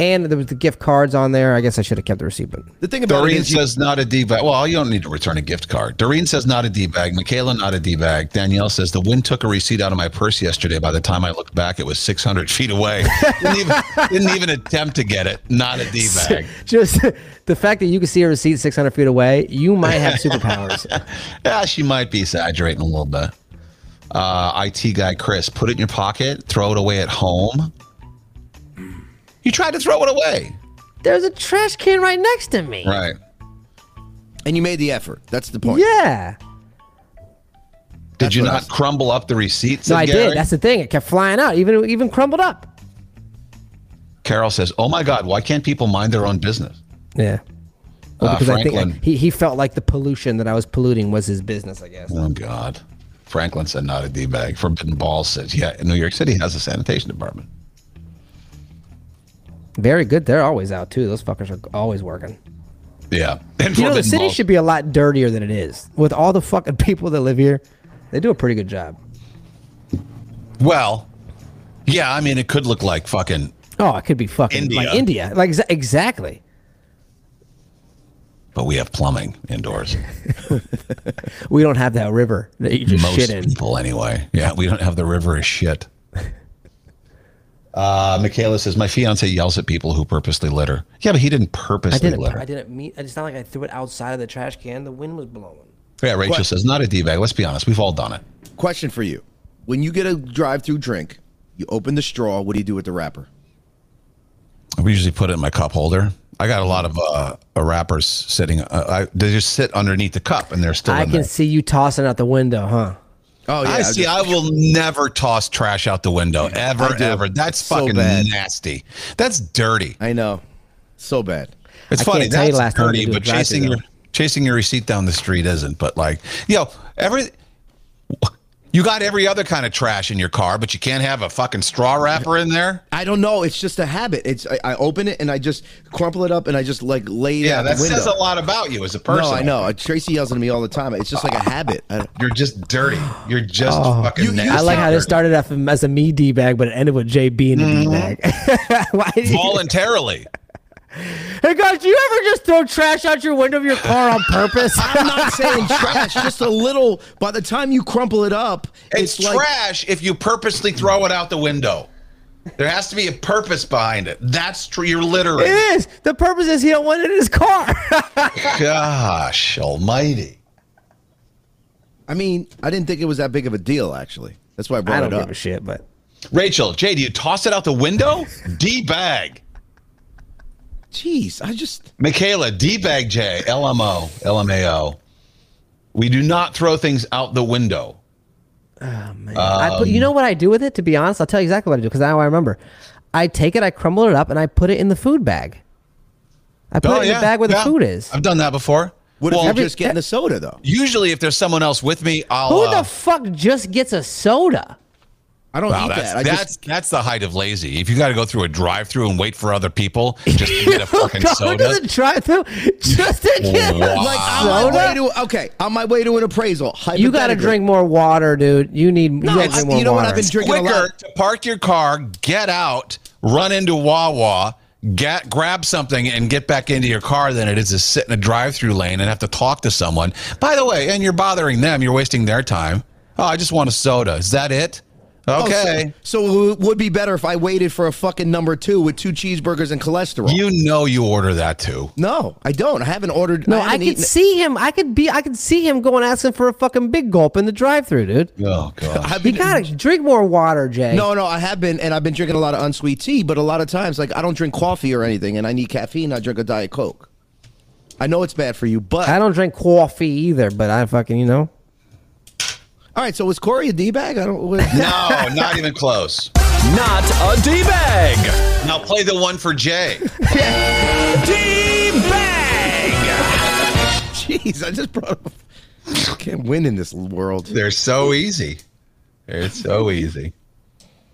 S4: And there was the gift cards on there. I guess I should have kept the receipt, but
S3: the thing about it
S2: Doreen
S3: is you,
S2: says not a D bag. Well, you don't need to return a gift card. Doreen says not a D bag. Michaela not a D bag. Danielle says the wind took a receipt out of my purse yesterday. By the time I looked back, it was 600 feet away. didn't, even, didn't even attempt to get it. Not a D bag.
S4: just the fact that you can see a receipt 600 feet away, you might have superpowers.
S2: Yeah, Ah, she might be exaggerating a little bit. Uh, IT guy Chris, put it in your pocket, throw it away at home. You tried to throw it away,
S4: There's a trash can right next to me.
S2: right?
S3: and you made the effort. That's the point.
S4: Yeah.
S2: Did you
S3: what I
S2: not
S3: was-
S2: crumble up the receipts?
S4: No, I did. That's the thing. It kept flying out, even even crumbled up.
S2: Carol says, "Oh my God, why can't people mind their own business?"
S4: Yeah. Well,
S2: Uh,
S4: because I
S2: Franklin.
S4: think he, he felt like the pollution that I was polluting was his business, I guess.
S2: Oh God. Franklin said not a D bag. Forbidden Ball says, yeah, New York City has a sanitation department.
S4: Very good. They're always out, too. Those fuckers are always working.
S2: Yeah. And
S4: You know, the
S2: Forbidden
S4: city
S2: Ball-
S4: should be a lot dirtier than it is. With all the fucking people that live here, they do a pretty good job.
S2: Well, yeah, I mean, it could look like fucking,
S4: Oh, it could be fucking like
S2: India.
S4: India. Like exa- exactly.
S2: but we have plumbing indoors.
S4: We don't have that river that you just
S2: Most
S4: shit in.
S2: people, anyway. Yeah, we don't have the river of shit. Uh, Michaela says, my fiance yells at people who purposely litter. Yeah, but he didn't purposely
S4: I didn't.
S2: litter.
S4: I didn't mean. It's not like I threw it outside of the trash can. The wind was blowing.
S2: Yeah, Rachel
S3: What?
S2: says, not a D bag. Let's be honest. We've all done it.
S3: Question for you: When you get a drive-through drink, you open the straw. What do you do with the wrapper?
S2: We usually put it in my cup holder. I got a lot of uh, uh, wrappers sitting. Uh, I, they just sit underneath the cup, and they're still.
S4: I
S2: in
S4: can
S2: there.
S4: see you tossing out the window, huh?
S3: Oh yeah,
S2: I
S3: I'll
S2: see.
S3: just-
S2: I will never toss trash out the window ever,
S3: I do.
S2: ever. That's
S3: So
S2: fucking
S3: bad.
S2: nasty. That's dirty.
S3: I know, so bad.
S2: It's
S4: I
S2: funny.
S4: can't tell you
S2: That's
S4: last time we
S2: dirty,
S4: do a
S2: but chasing
S4: drive-thru,
S2: your
S4: though.
S2: chasing your receipt down the street isn't. But like, you know, every you got every other kind of trash in your car, but you can't have a fucking straw wrapper in there.
S3: I don't know. It's just a habit. It's I, I open it and I just crumple it up and I just like lay it
S2: Yeah,
S3: out
S2: that
S3: the window.
S2: says a lot about you as a person.
S3: No, I know. Uh, Tracy yells at me all the time. It's just like a habit. I don't-
S2: You're just dirty. You're just fucking nasty.
S4: Oh. I like how
S2: Dirty.
S4: this started off as a me d bag, but it ended with JB being a d bag. Why did you,
S2: voluntarily.
S4: hey guys, do you ever just throw trash out your window of your car on purpose?
S3: I'm not saying trash. Just a little. By the time you crumple it up,
S2: It's,
S3: like
S2: trash if you purposely throw it out the window. There has to be a purpose behind it. That's true. You're littering.
S4: it is. The purpose is he don't want it in his car.
S2: Gosh almighty.
S3: I mean, I didn't think it was that big of a deal. Actually, that's why I brought
S4: I don't
S3: it up.
S4: give a shit, but
S2: Rachel, Jay, do you toss it out the window? D bag.
S3: Jeez, I just
S2: Michaela, D bag Jay, LMO, LMAO. We do not throw things out the window.
S4: I put,
S3: Um,
S4: you know what I do with it? To be honest, I'll tell you exactly what I do because now I remember. I take it, I crumble it up, and I put it in the food bag. I
S3: Oh,
S4: put it in the bag where
S2: Oh, yeah.
S4: the food is.
S2: I've done that before.
S3: what
S2: well,
S3: if
S4: every-
S3: you're just getting a soda though?
S2: uh, usually if there's someone else with me, I'll.
S4: Who
S2: uh,
S4: the fuck just gets a soda?
S3: I I don't
S2: Wow,
S3: eat
S2: that's
S3: that. I
S2: that's
S3: just
S2: that's the height of lazy. If you got to go through a drive-through and wait for other people just to get a
S3: Oh,
S2: fucking
S4: Go
S2: soda,
S4: to the drive-through just to get a
S2: Wow.
S3: like on
S4: soda.
S3: my way to okay on my way to an appraisal.
S4: You got to
S3: hypothetically.
S4: drink more water, dude. You need.
S3: No,
S4: you, gotta
S3: I-
S4: drink more
S3: you know what?
S4: water.
S3: I've been drinking a
S2: quicker
S3: lot.
S2: to park your car, get out, run into Wawa, get grab something, and get back into your car than it is to sit in a drive-through lane and have to talk to someone. By the way, and you're bothering them. You're wasting their time. Oh, I just want a soda. Is that it?
S3: Oh, so-
S2: Okay.
S3: so, it would be better if I waited for a fucking number two with two cheeseburgers and cholesterol.
S2: you know you order that too.
S3: no, I don't. I haven't ordered.
S4: No, I,
S3: haven't
S4: could
S3: eaten-
S4: see him. I could be. I could see him going asking for a fucking big gulp in the drive-through, dude.
S2: Oh god.
S3: I've
S4: You
S3: been,
S4: gotta drink more water, Jay.
S3: No, no, I have been, and I've been drinking a lot of unsweet tea. But a lot of times, like I don't drink coffee or anything, and I need caffeine. I drink a diet coke. I know it's bad for you, but
S4: I don't drink coffee either. But I fucking, you know,
S3: all right. So was Corey a d bag? I don't. What,
S2: No, not even close.
S6: Not a D bag.
S2: Now play the one for Jay.
S6: D bag.
S3: Jeez, I just brought. Up, I can't win in this world.
S2: They're so easy. They're so easy.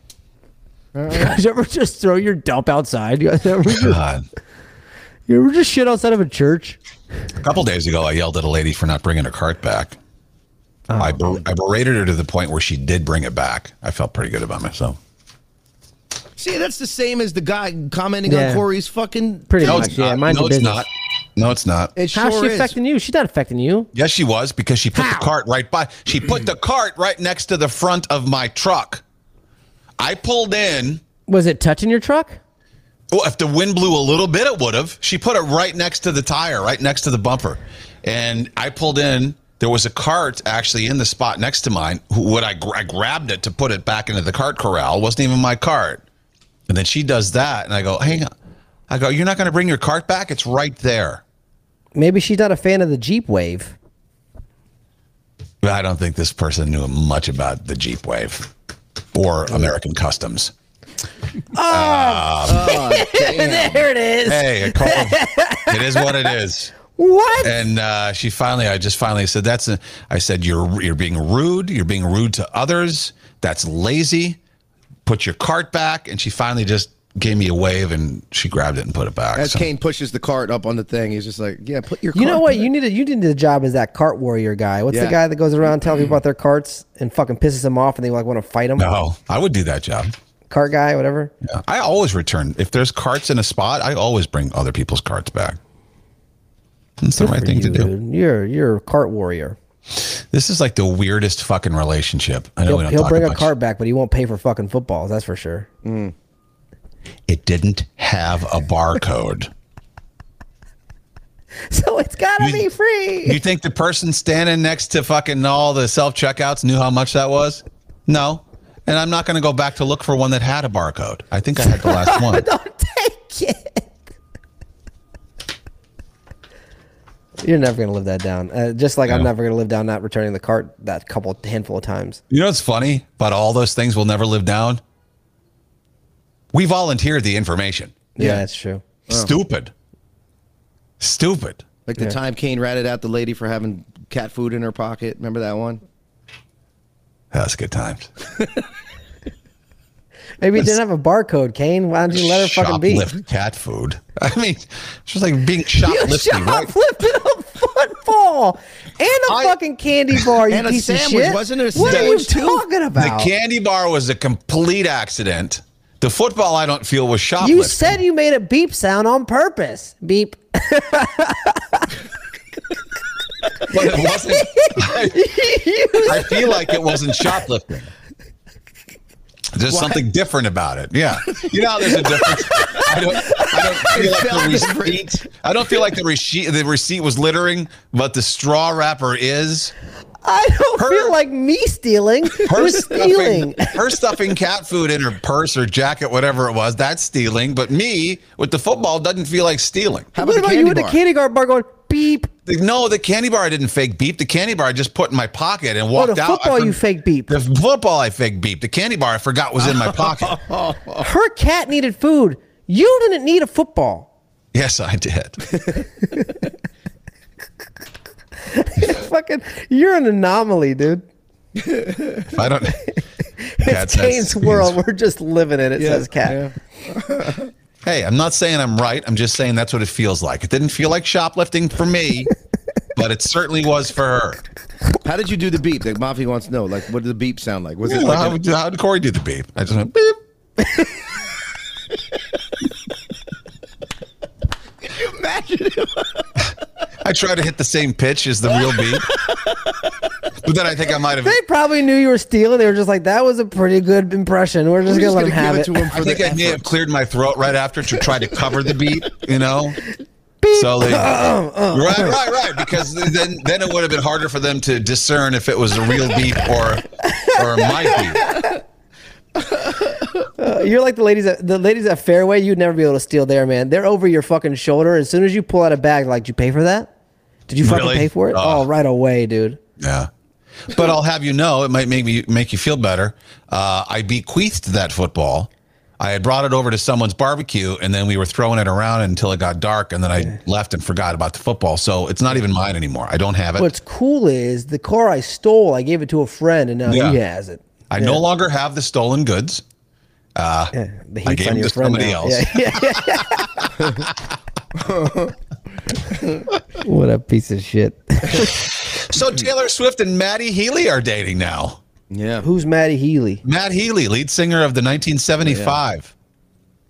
S4: you guys ever just throw your dump outside? You guys ever just,
S2: God.
S4: you ever just shit outside of a church?
S2: A couple days ago, I yelled at a lady for not bringing her cart back.
S4: Oh.
S2: I, ber- I berated her to the point where she did bring it back. I felt pretty good about myself.
S3: See, that's the same as the guy commenting
S4: Yeah.
S3: on Corey's fucking.
S4: Pretty
S2: No,
S4: much.
S2: it's
S4: Yeah,
S2: not.
S4: mind
S2: no,
S4: your
S2: it's
S4: business.
S2: not. No, it's not.
S3: It
S4: How's
S3: sure
S4: she
S3: is.
S4: affecting you? She's not affecting you.
S2: Yes, she was because she put
S4: How?
S2: the cart right by. She put the cart right next to the front of my truck. I pulled in.
S4: Was it touching your truck?
S2: Well, if the wind blew a little bit, it would have. She put it right next to the tire, right next to the bumper. And I pulled in. There was a cart actually in the spot next to mine. Who- What I, gr- I grabbed it to put it back into the cart corral. It wasn't even my cart. And then she does that. And I go, hang on. I go, you're not going to bring your cart back? It's right there.
S4: Maybe she's not a fan of the Jeep Wave.
S2: But I don't think this person knew much about the Jeep Wave or American Customs.
S4: Oh,
S2: Ah.
S4: there it is.
S2: Hey, I call- it is what it is.
S4: What?
S2: and uh, she finally, I just finally said, "That's." A, I said, "You're you're being rude. You're being rude to others. That's lazy. Put your cart back." And she finally just gave me a wave, and she grabbed it and put it back.
S3: As
S2: So-
S3: Kane pushes the cart up on the thing, he's just like, "Yeah, put your."
S4: You know
S3: cart
S4: what?
S3: back."
S4: You need a, you need a job as that cart warrior guy. What's the
S3: Yeah.
S4: guy that goes around telling people about their carts and fucking pisses them off and they like want to fight him?
S2: no, I would do that job.
S4: Cart guy, whatever.
S2: Yeah. I always return if there's carts in a spot. I always bring other people's carts back. It's the right thing to
S4: You,
S2: do.
S4: dude, you're you're a cart warrior.
S2: This is like the weirdest fucking relationship. I know
S4: He'll,
S2: we don't
S4: he'll
S2: talk
S4: bring a
S2: about-
S4: cart back, but he won't pay for fucking footballs. That's for sure.
S2: It didn't have a barcode.
S4: So it's gotta
S2: You-
S4: be free.
S2: You think the person standing next to fucking all the self checkouts knew how much that was? No. And I'm not going to go back to look for one that had a barcode. I think I had the last one.
S4: Don't take it. You're never gonna live that down. Uh, just like I'm
S2: No.
S4: never gonna live down not returning the cart that couple handful of times.
S2: You know what's funny about all those things we'll never live down? We volunteered the information.
S4: Yeah,
S3: Yeah.
S4: that's true.
S2: Stupid. Stupid.
S3: like the
S4: Yeah.
S3: time Kane ratted out the lady for having cat food in her pocket. Remember that one?
S2: That's good times.
S4: Maybe it didn't have a barcode, Kane. Why don't you let her fucking be?
S2: Shoplift cat food. I mean, it's just like being shoplifting, right?
S4: shoplifted a football and a
S3: I-
S4: fucking candy bar. You
S3: And a
S4: piece of
S3: sandwich.
S4: shit.
S3: Wasn't it a
S4: What are you
S3: sandwich, too?
S4: talking about?
S2: The candy bar was a complete accident. The football, I don't feel, was shoplifting.
S4: you said you made a beep sound on purpose. Beep.
S2: but it wasn't. I, I feel like it wasn't shoplifting. There's something different about it. Yeah, you know, how there's a difference. I don't, I don't feel like the receipt. I don't feel like the receipt. The receipt was littering, but the straw wrapper is
S4: I don't
S2: Her-
S4: feel like me stealing.
S2: her
S4: You're stealing.
S2: stuffing. Her stuffing cat food in her purse or jacket, whatever it was. That's stealing. But me with the football doesn't feel like stealing.
S3: How
S4: What about
S3: about, the candy
S4: you with the
S3: bar?
S4: candy bar bar going beep?
S2: The- No, the candy bar I didn't fake beep. The candy bar I just put in my pocket and
S4: Oh,
S2: walked
S4: the
S2: out. I
S4: football
S2: for-
S4: you fake beep.
S2: The football I fake beep. The candy bar I forgot was in my pocket.
S4: Her cat needed food. You didn't need a football.
S2: yes, I did.
S4: fucking, you're an anomaly, dude.
S2: I don't.
S4: It's Kane's world. We're just living in it. Says Cat.
S2: Hey, I'm not saying I'm right. I'm just saying that's what it feels like. It didn't feel like shoplifting for me, but it certainly was for her.
S3: How did you do the beep? The mafia wants to know. Like, what did the beep sound like? Was it
S2: How,
S3: like?
S2: would- how did Corey do the beep? I just went beep. I tried to hit the same pitch as the real beep, but then I think I might have.
S4: They probably knew you were stealing. They were just like, "That was a pretty good impression. We're just
S3: We're
S4: gonna
S3: just
S4: let
S3: gonna
S4: him have it."
S3: give it to him
S2: I
S3: for
S2: think
S3: the
S2: I may have cleared my throat right after to try to cover the beat, you know. So they, right, right, right, because then then it would have been harder for them to discern if it was a real beep or or my beep.
S4: Uh, You're like the ladies at the ladies at Fairway. You'd never be able to steal there, man. They're over your fucking shoulder. As soon as you pull out a bag, like, "Did you pay for that? Did you fucking
S2: Really?
S4: pay for it?
S2: Oh.
S4: oh, right away, dude."
S2: Yeah, but I'll have you know, it might make me make you feel better. Uh, I bequeathed that football. I had brought it over to someone's barbecue, and then we were throwing it around until it got dark, and then I left and forgot about the football. So it's not even mine anymore. I don't have it.
S4: What's cool is the car I stole. I gave it to a friend, and now
S2: Yeah.
S4: he has it.
S2: I no longer have the stolen goods.
S4: The
S2: I
S4: heat's
S2: gave
S4: on
S2: it
S4: your
S2: to
S4: friend
S2: somebody
S4: now.
S2: else.
S4: Yeah, yeah, yeah. what a piece of shit.
S2: So Taylor Swift and Maddie Healy are dating now.
S3: Yeah.
S4: Who's Maddie Healy?
S2: Matt Healy, lead singer of the 1975.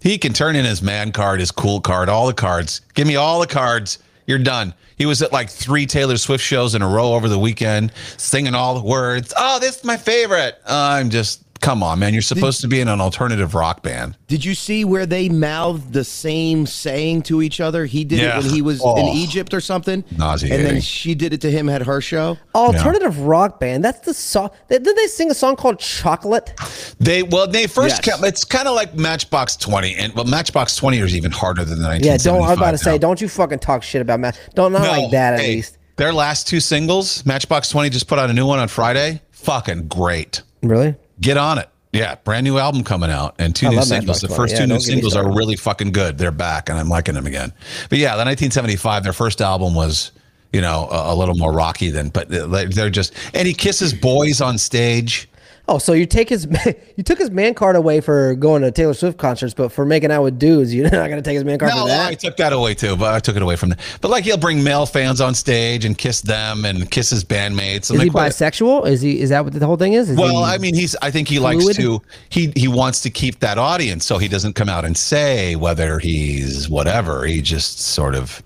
S2: He can turn in his man card, his cool card, all the cards. Give me all the cards. You're done. He was at like three Taylor Swift shows in a row over the weekend, singing all the words. Oh, this is my favorite. I'm just, come on, man. You're supposed to be in an alternative rock band.
S3: Did you see where they mouthed the same saying to each other? He did
S2: Yeah.
S3: it when he was
S2: Oh.
S3: in Egypt or something.
S2: Nauseating.
S3: And then she did it to him at her show.
S4: Alternative rock band. That's the song. Did they sing a song called Chocolate?
S2: They well, they first
S3: Yes.
S2: kept. It's kind of like Matchbox Twenty, and well, Matchbox Twenty is even harder than the
S4: Yeah,
S2: 1975.
S4: don't. I'm about to say,
S2: now.
S4: don't you fucking talk shit about Matt. Don't not
S2: No,
S4: like that at
S2: hey,
S4: least.
S2: Their last two singles, Matchbox 20 just put out a new one on Friday. Fucking great.
S4: Really?
S2: Get on it. Yeah, brand new album coming out and two
S4: I
S2: new
S4: love
S2: singles.
S4: Matchbox
S2: The
S4: 20.
S2: first
S4: Yeah,
S2: two new
S4: don't get me
S2: singles are
S4: started.
S2: really fucking good. They're back and I'm liking them again. But yeah, the 1975, their first album was, you know, a, a little more rocky than, but they- they're just, and he kisses boys on stage.
S4: Oh, so you take his you took his man card away for going to Taylor Swift concerts, but for making out with dudes, you're not gonna take his man card
S2: No,
S4: for that.
S2: I took that away too, but I took it away from them. But like he'll bring male fans on stage and kiss them and kiss his bandmates. I'm
S4: is
S2: like,
S4: he
S2: what-
S4: bisexual? Is he? Is that what the whole thing is? Is
S2: Well,
S4: he-
S2: I mean, he's. I think he likes
S4: fluid?
S2: to. He he wants to keep that audience, so he doesn't come out and say whether he's whatever. He just sort of.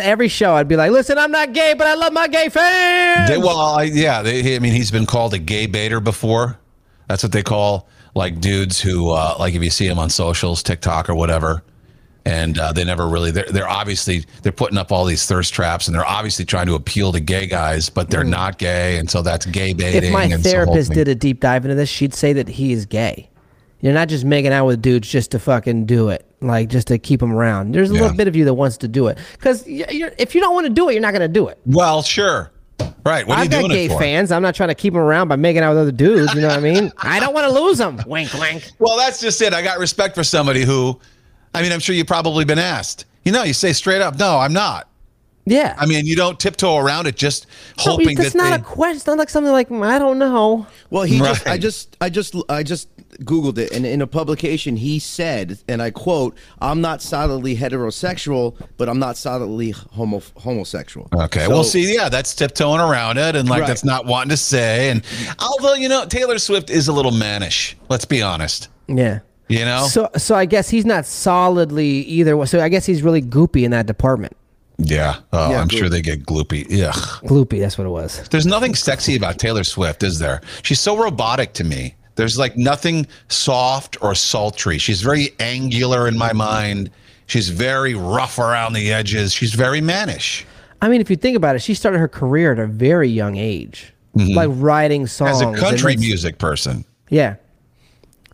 S4: every show I'd be like, listen, I'm not gay, but I love my gay fans.
S2: They, well, I, yeah. They, he- I mean, he's been called a gay baiter before. That's what they call like dudes who uh, like if you see him on socials, TikTok or whatever, and uh, they never really. They're, they're obviously they're putting up all these thirst traps, and they're obviously trying to appeal to gay guys, but they're not gay, and so that's gay baiting.
S4: Hmm. if my
S2: and it's a whole
S4: therapist
S2: thing.
S4: did a deep dive into this, she'd say that he is gay. You're not just making out with dudes just to fucking do it, like just to keep them around. There's a
S2: Yeah.
S4: little bit of you that wants to do it, because you're, if you don't want to do it, you're not gonna do it.
S2: well, sure, right. What are
S4: I've
S2: you
S4: got
S2: doing it
S4: gay
S2: for?
S4: fans. I'm not trying to keep them around by making out with other dudes. You know what I mean? I don't want to lose them. Wink, wink.
S2: Well, that's just it. I got respect for somebody who, I mean, I'm sure you've probably been asked. You know, you say straight up, no, I'm not.
S4: Yeah.
S2: I mean, you don't tiptoe around it, just
S4: No,
S2: hoping
S4: that's
S2: that
S4: not a
S2: they-
S4: question. It's not like something like "Mm, I don't know.
S3: Well, he just, I
S2: Right.
S3: just, I just, I just Googled it, and in a publication, he said, and I quote, "I'm not solidly heterosexual, but I'm not solidly homo- homosexual."
S2: Okay.
S3: So-
S2: well, see, yeah, that's tiptoeing around it, and like
S3: Right.
S2: that's not wanting to say. And although you know, Taylor Swift is a little mannish. Let's be honest.
S4: Yeah.
S2: You know.
S4: So, so I guess he's not solidly either. way. So I guess he's really goopy in that department.
S2: yeah. Oh,
S3: Yeah,
S2: I'm
S3: glo-
S2: sure they get gloopy. Ugh.
S4: Gloopy, that's what it was.
S2: There's nothing sexy about Taylor Swift, is there? She's so robotic to me. There's like nothing soft or sultry. She's very angular in my mind. She's very rough around the edges. She's very mannish.
S4: I mean, if you think about it, she started her career at a very young age, like writing songs
S2: Mm-hmm. As
S3: Oh,
S2: a
S4: and
S2: country
S4: that's-
S2: music person,
S4: Yeah.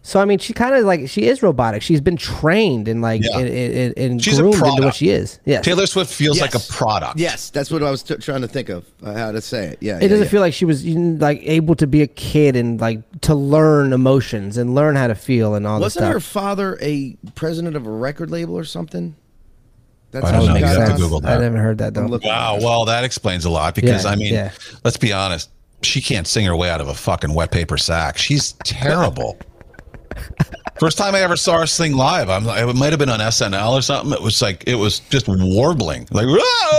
S4: So I mean, she kind of like she is robotic. She's been trained and like
S2: Yeah.
S4: and, and, and
S2: She's a
S4: groomed into what
S2: product.
S4: she is. Yeah.
S2: Taylor Swift feels like a
S3: Yes.
S2: product.
S3: Yes, that's what I was t- trying to think of uh, how to say it. Yeah,
S4: it doesn't feel like she was you know, like able to be a kid and like to learn emotions and learn how to feel and all this
S3: Wasn't her
S4: stuff.
S3: father a president of a record label or something? That's
S2: I don't
S3: how
S2: know.
S3: she
S2: You
S3: got
S2: have to
S3: on.
S2: Google
S4: I
S2: that.
S4: haven't heard that though.
S3: I'm looking.
S2: Wow. Well, that explains a lot because
S4: Yeah,
S2: I mean,
S4: yeah.
S2: let's be honest. she can't sing her way out of a fucking wet paper sack. She's terrible. First time I ever saw her sing live, I'm like, it might have been on SNL or something. It was like it was just warbling, like.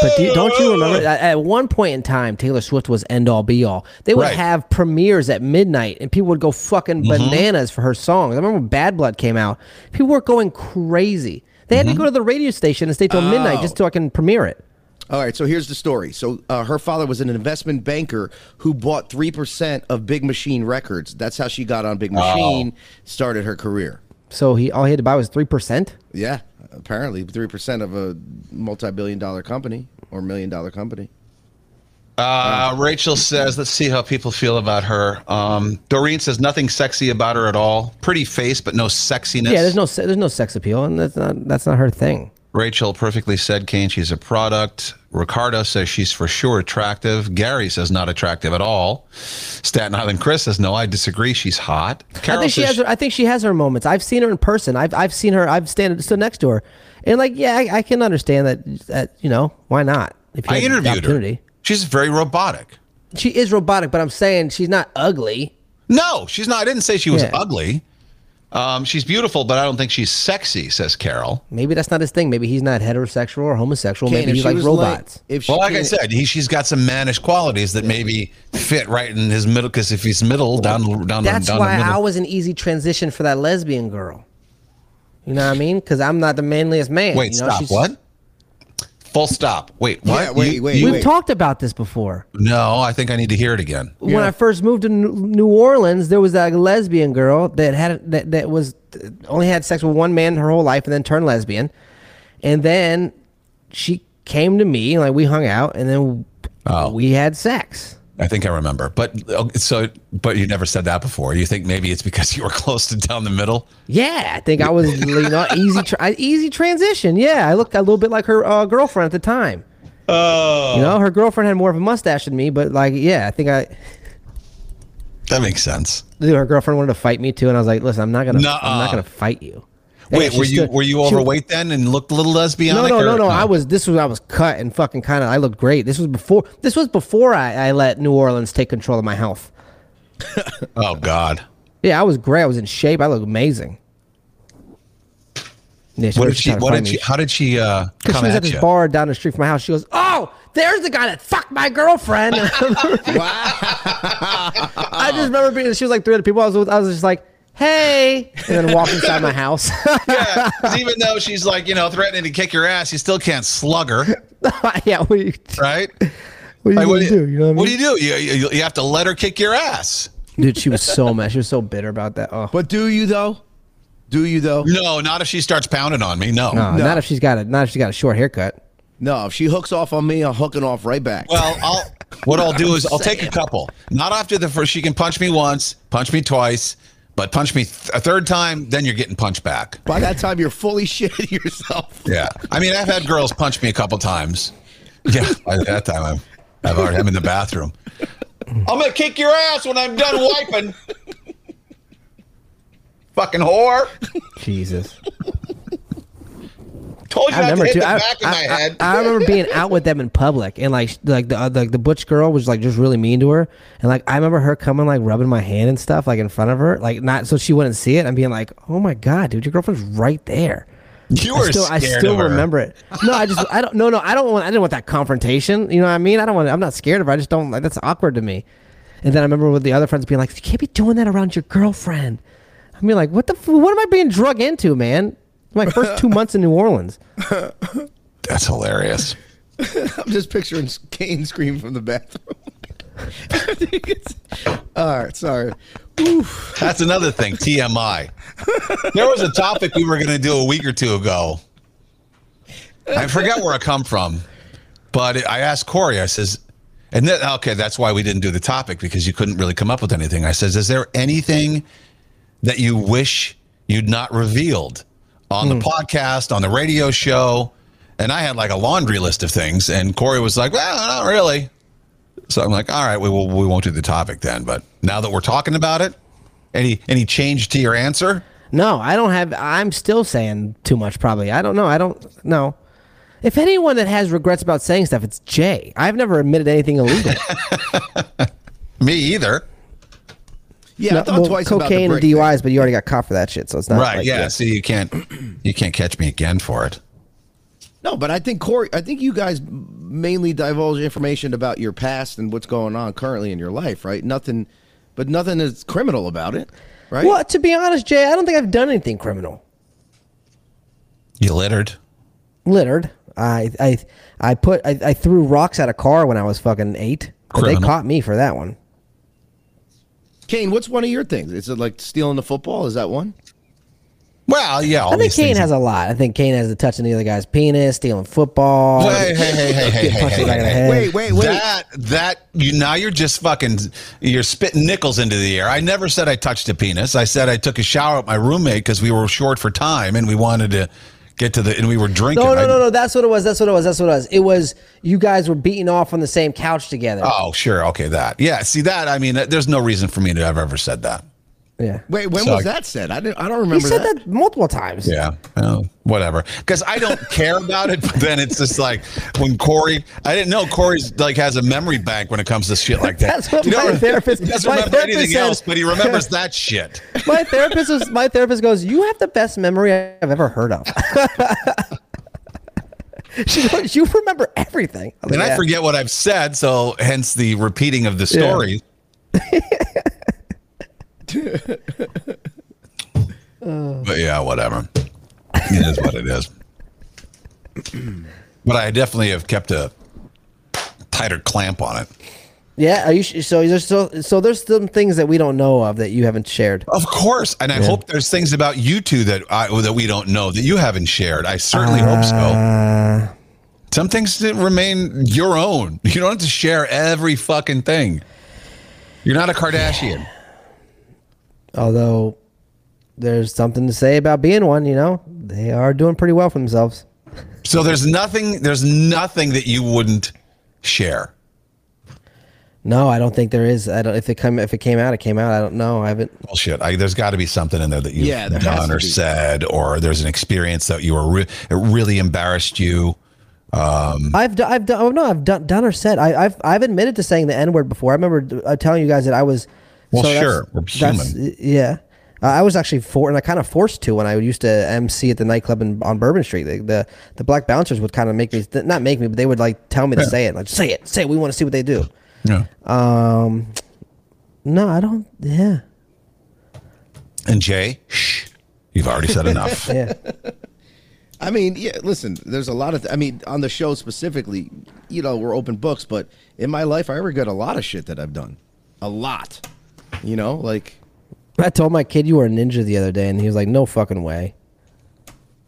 S4: But do you, don't you remember? At, at one point in time, Taylor Swift was end all be all. They would
S2: Right. Mm-hmm.
S4: have premieres at midnight, and people would go fucking bananas for her songs. I remember when Bad Blood came out; people were going crazy. They
S2: Mm-hmm.
S4: had to go to the radio station and stay till midnight just so I can premiere it.
S3: All right, so here's the story. So uh, her father was an investment banker who bought 3% of Big Machine Records. That's how she got on Big Machine, started her career.
S4: So he all he had to buy was three percent.
S3: Yeah, apparently 3% of a multi billion dollar company or million dollar company.
S2: Uh, Rachel says, let's see how people feel about her. Um, Doreen says, nothing sexy about her at all. Pretty face, but no sexiness.
S4: Yeah, there's no se- there's no sex appeal, and that's not that's not her thing.
S2: Rachel perfectly said, Kane, she's a product. Ricardo says she's for sure attractive. Gary says not attractive at all. Staten Island Chris says, no, I disagree. She's hot. Carol
S4: I think she
S2: says
S4: has. Her, I think she has her moments. I've seen her in person. I've I've seen her. I've stand, stood next to her, and like yeah, I, I can understand that. That you know why not? If you
S2: I
S4: had the
S2: interviewed her.
S4: opportunity.
S2: She's very robotic.
S4: She is robotic, but I'm saying she's not ugly.
S2: No, she's not. I didn't say she was
S4: Yeah.
S2: ugly. Um, she's beautiful, but I don't think she's sexy, says Carol.
S4: Maybe that's not his thing. Maybe he's not heterosexual or homosexual.
S3: Kane,
S4: Maybe
S3: if
S4: he
S3: she
S4: likes
S3: was lame-
S4: robots.
S3: if she
S2: Well, like I
S3: can't-
S2: said, he, she's got some mannish qualities that maybe fit right in his middle. Because if he's middle, down, down,
S4: that's
S2: down
S4: why
S2: the
S4: I
S2: middle.
S4: was an easy transition for that lesbian girl. You know what I mean? Because I'm not the manliest man.
S2: Wait,
S4: you know,
S2: stop.
S4: she's-
S2: What? Full stop. Wait, what?
S3: Yeah, wait,
S2: You-
S3: wait,
S2: you-
S4: We've
S3: wait.
S4: talked about this before.
S2: No, I think I need to hear it again.
S4: when I first moved to New New Orleans, there was that lesbian girl that had that that was only had sex with one man her whole life and then turned lesbian, and then she came to me like we hung out and then
S2: Oh.
S4: we had sex.
S2: I think I remember. But okay, so, but you never said that before. You think maybe it's because you were close to down the middle?
S4: Yeah, I think I was you know easy tra- I- easy transition. Yeah, I looked a little bit like her uh, girlfriend at the time. Oh, you know her girlfriend had more of a mustache than me, but like yeah, I think I.
S2: That makes sense.
S4: Her girlfriend wanted to fight me too, and I was like, "Listen, I'm not gonna, I'm
S2: Nuh-uh.
S4: not gonna fight you." Yeah,
S2: Wait,
S4: she
S2: were you
S4: stood-
S2: were you
S4: she-
S2: overweight then and looked a little lesbian?
S4: No, no, no, no. I was. This was. I was cut and fucking kind of. I looked great. This was before. This was before I, I let New Orleans take control of my health.
S2: Oh God.
S4: Yeah, I was great. I was in shape. I looked amazing. Yeah, she
S2: What
S4: was
S2: did she?
S4: trying to
S2: What
S4: find
S2: did
S4: me.
S2: she? How did she uh,
S4: 'Cause she
S2: come
S4: was
S2: at,
S4: at this
S2: you?
S4: bar down the street from my house. She goes, "Oh, there's the guy that fucked my girlfriend." I just remember being. She was like 300 people. I was. with- I was just like, "Hey," and then walked inside my house.
S2: Yeah, 'cause even though she's like you know threatening to kick your ass, you still can't slug her,
S4: yeah, what do you,
S2: right?
S4: what do you
S2: Like,
S4: gonna do? You know what I mean?
S2: what do you do? You, you you have to let her kick your ass.
S4: Dude, she was so mad. She was so bitter about that. Oh.
S3: But do you, though? Do you, though?
S2: No, not if she starts pounding on me. No.
S4: No, not if she's got a not if she's got a short haircut.
S3: No, if she hooks off on me, I'm hooking off right back.
S2: Well, I'll what I'll do is I'll take a couple. Not after the first. She can punch me once, punch me twice, but punch me th- a third time, then you're getting punched back.
S3: By that time, you're fully shitting yourself.
S2: Yeah, I mean I've had girls punch me a couple times. Yeah, by that time I'm I've already I'm in the bathroom. I'm gonna kick your ass when I'm done wiping. Fucking whore!
S4: Jesus.
S2: Told you
S4: I
S2: not to
S4: remember
S2: hit
S4: too.
S2: the
S4: I,
S2: back of
S4: I-
S2: my
S4: I-
S2: head.
S4: I remember being out with them in public and like sh- like the uh, like the butch girl was like just really mean to her and like I remember her coming like rubbing my hand and stuff like in front of her like not so she wouldn't see it. I'm being like, oh my god, dude, your girlfriend's right there.
S2: you
S4: I
S2: were
S4: still, I
S2: scared
S4: still
S2: of her.
S4: remember it. No, I just, I don't, no, no, I don't want, I didn't want that confrontation. You know what I mean? I don't want, I'm not scared of her. I just don't, like, that's awkward to me. And then I remember with the other friends being like, you can't be doing that around your girlfriend. I mean, like, what the, f- what am I being drug into, man? My first two months in New Orleans.
S2: That's hilarious.
S3: I'm just picturing Kane scream from the bathroom. I think it's- All right, sorry. Oof.
S2: That's another thing. TMI. There was a topic we were going to do a week or two ago. I forget where I come from, but I asked Corey. I says, and then okay, that's why we didn't do the topic because you couldn't really come up with anything. I says, is there anything that you wish you'd not revealed on the podcast, on the radio show? And I had like a laundry list of things, and Corey was like, well, not really. So I'm like, all right, we will, we won't do the topic then. But now that we're talking about it, any any change to your answer?
S4: No, I don't have. I'm still saying too much. Probably. I don't know. I don't know. If anyone that has regrets about saying stuff, it's Jay. I've never admitted anything illegal.
S2: Me either.
S3: Yeah, I
S4: No,
S3: thought
S4: well,
S3: twice about the
S4: cocaine
S3: brick
S4: and
S3: thing.
S4: DUIs, but you already got caught for that shit, so it's not
S2: right.
S4: Like,
S2: yeah. See, you can't you can't catch me again for it.
S3: No, but I think Corey, I think you guys mainly divulge information about your past and what's going on currently in your life, right? Nothing, but nothing is criminal about it, right?
S4: Well, to be honest, Jay, I don't think I've done anything criminal.
S2: You littered.
S4: Littered. I I I put I, I threw rocks at a car when I was fucking eight. but They
S2: Criminal.
S4: caught me for that one.
S3: Kane, what's one of your things? Is it like stealing the football? Is that one?
S2: Well, yeah. All
S4: I think
S2: these
S4: Kane
S2: things-
S4: has a lot. I think Kane has a touch on the other guy's penis, stealing football.
S2: Hey, hey, hey, hey, hey, hey,
S4: punched
S2: hey,
S4: in the back of the
S2: hey.
S4: head.
S3: Wait, wait, wait.
S2: That that you now you're just fucking you're spitting nickels into the air. I never said I touched a penis. I said I took a shower at my roommate because we were short for time and we wanted to get to the and we were drinking.
S4: No,
S2: I-
S4: no, no, no. That's what it was. That's what it was. That's what it was. It was you guys were beating off on the same couch together.
S2: Oh, sure, okay, that yeah. See that? I mean, there's no reason for me to have ever said that.
S4: yeah.
S3: Wait, when
S2: So-
S3: was that said? I didn't. I don't
S4: He
S3: remember
S4: said
S3: that.
S4: that multiple times.
S2: Yeah, well, whatever. Because I don't care about it. But then it's just like when Corey. I didn't know Corey's like has a memory bank when it comes to shit like that.
S4: That's what my
S2: remember-
S4: therapist-
S2: He doesn't
S4: my
S2: remember
S4: therapist
S2: anything
S4: said-
S2: else, but he remembers that shit.
S4: My therapist was my therapist goes, You have the best memory I've ever heard of. she goes, You remember everything. I'm
S2: And
S4: like,
S2: I
S4: "Yeah."
S2: forget what I've said, so hence the repeating of the story. but yeah, whatever. It is what it is. But I definitely have kept a tighter clamp on it.
S4: Yeah, are you sh- so there's so so there's some things that we don't know of that you haven't shared.
S2: Of course, and I hope there's things about you two that I that we don't know that you haven't shared. I certainly hope so. Some things that remain your own. You don't have to share every fucking thing. You're not a Kardashian.
S4: Although there's something to say about being one, you know? They are doing pretty well for themselves.
S2: So there's nothing there's nothing that you wouldn't share.
S4: No, I don't think there is. I don't if it come if it came out, it came out. I don't know. I haven't
S2: Bullshit. I, there's got to be something in there that you've
S3: Yeah, there has
S2: done
S3: to
S2: or
S3: be.
S2: said, or there's an experience that you were re- it really embarrassed you.
S4: I've done, I've done, oh no, I've done, done or said, I, I've, I've admitted to saying the N word before. I remember uh, telling you guys that I was.
S2: Well,
S4: that's-
S2: sure, we're
S4: that's-
S2: human.
S4: uh, Yeah. Uh, I was actually for, and I kind of forced to when I used to MC at the nightclub in, on Bourbon Street. The, the the black bouncers would kind of make me, th- not make me, but they would like tell me to say it, like say it, say it. We want to see what they do.
S2: Yeah.
S4: Um, no, I don't. Yeah,
S2: And Jay, shh, you've already said enough.
S4: yeah.
S3: I mean, yeah. Listen, there's a lot of. Th- I mean, on the show specifically, you know, we're open books. But in my life, I regret a lot of shit that I've done. A lot. You know, like
S4: I told my kid you were a ninja the other day, and he was like, "No fucking way."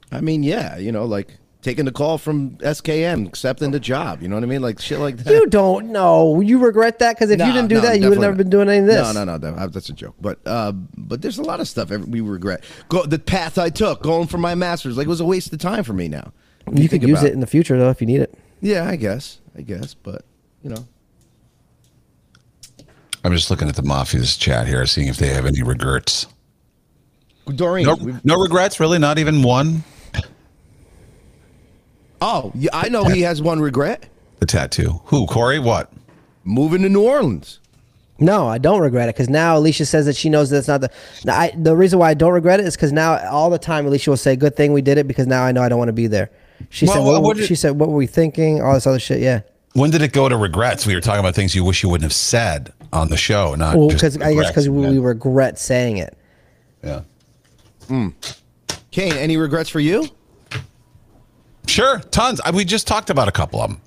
S3: I mean, yeah, you know, like taking the call from SKM, accepting the job. You know what I mean? Like shit like that.
S4: You don't know. You regret that because if you
S3: Nah,
S4: didn't do
S3: no,
S4: that, you would have
S3: definitely
S4: never
S3: not.
S4: been doing any of this.
S3: No, no, no, no. That's a joke. But uh, but there's a lot of stuff every- we regret. Go the path I took, going for my masters, like it was a waste of time for me. Now If
S4: You
S3: think
S4: could use
S3: about
S4: it in the future though if you need it.
S3: Yeah, I guess, I guess, but you know,
S2: I'm just looking at the mafia's chat here, seeing if they have any regrets.
S3: Doreen.
S2: No,
S3: we-
S2: no regrets, really. Not even one.
S3: oh, yeah, I know he has one regret:
S2: The tattoo. Who? Corey? What?
S3: moving to New Orleans.
S4: No, I don't regret it because now Alicia says that she knows that's not the. Now, I, the reason why I don't regret it is because now all the time Alicia will say, "Good thing we did it," because now I know I don't want to be there. She
S2: Well,
S4: said,
S2: what
S4: "What?"
S2: would
S4: were-
S2: it-
S4: she said, "What were we thinking?" All this other shit. Yeah.
S2: When did it go to regrets? We were talking about things you wish you wouldn't have said on the show, not
S4: Well,
S2: just
S4: because I guess
S2: regrets.
S4: because we,
S2: Yeah.
S4: we regret saying it.
S2: Yeah.
S3: Kane, any regrets for you?
S2: Sure, tons. I, we just talked about a couple of them,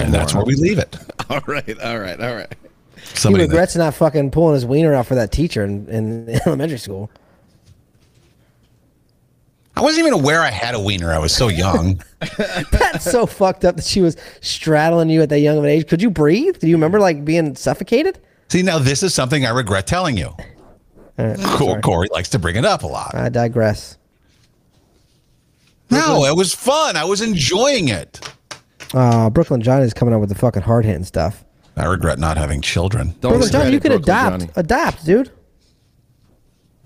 S2: and that's where we leave it.
S3: All right, all right, all right.
S4: He
S2: Somebody that-
S4: regrets not fucking pulling his wiener out for that teacher in, in elementary school.
S2: I wasn't even aware I had a wiener. I was so young.
S4: That's so fucked up that she was straddling you at that young of an age. Could you breathe? Do you remember like being suffocated?
S2: See, now this is something I regret telling you. Cor- Corey likes to bring it up a lot.
S4: I digress.
S2: No, it was fun. I was enjoying it.
S4: Uh, Brooklyn Johnny's coming up with the fucking hard hitting stuff.
S2: I regret not having children.
S3: Don't
S4: Brooklyn
S3: regret
S4: Johnny,
S3: it,
S4: you could
S3: Brooklyn
S4: adopt.
S3: Johnny.
S4: Adopt, dude.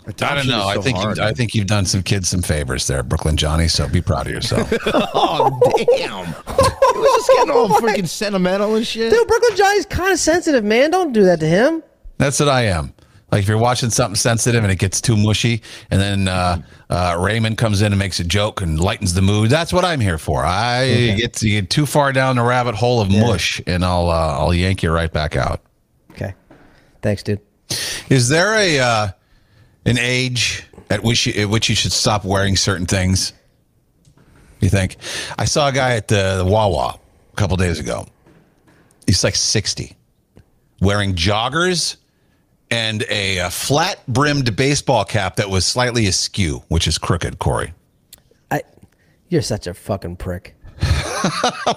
S2: I don't
S3: Adoption
S2: know.
S3: is
S2: I
S3: so
S2: think
S3: hard.
S2: you, I think you've done some kids some favors there, Brooklyn Johnny. So be proud of yourself.
S3: Oh damn! it was just getting all freaking sentimental and shit.
S4: Dude, Brooklyn Johnny's kind of sensitive, man. Don't do that to him.
S2: That's what I am. Like if you're watching something sensitive and it gets too mushy, and then uh, uh, Raymond comes in and makes a joke and lightens the mood. That's what I'm here for. I get you get too far down the rabbit hole of mush, and I'll uh, I'll yank you right back out.
S4: Okay. Thanks, dude.
S2: Is there a uh, an age at which you, at which you should stop wearing certain things? You think? I saw a guy at the, the Wawa a couple days ago. He's like sixty, wearing joggers and a, uh flat brimmed baseball cap that was slightly askew, which is crooked. Corey,
S4: I, you're such a fucking prick.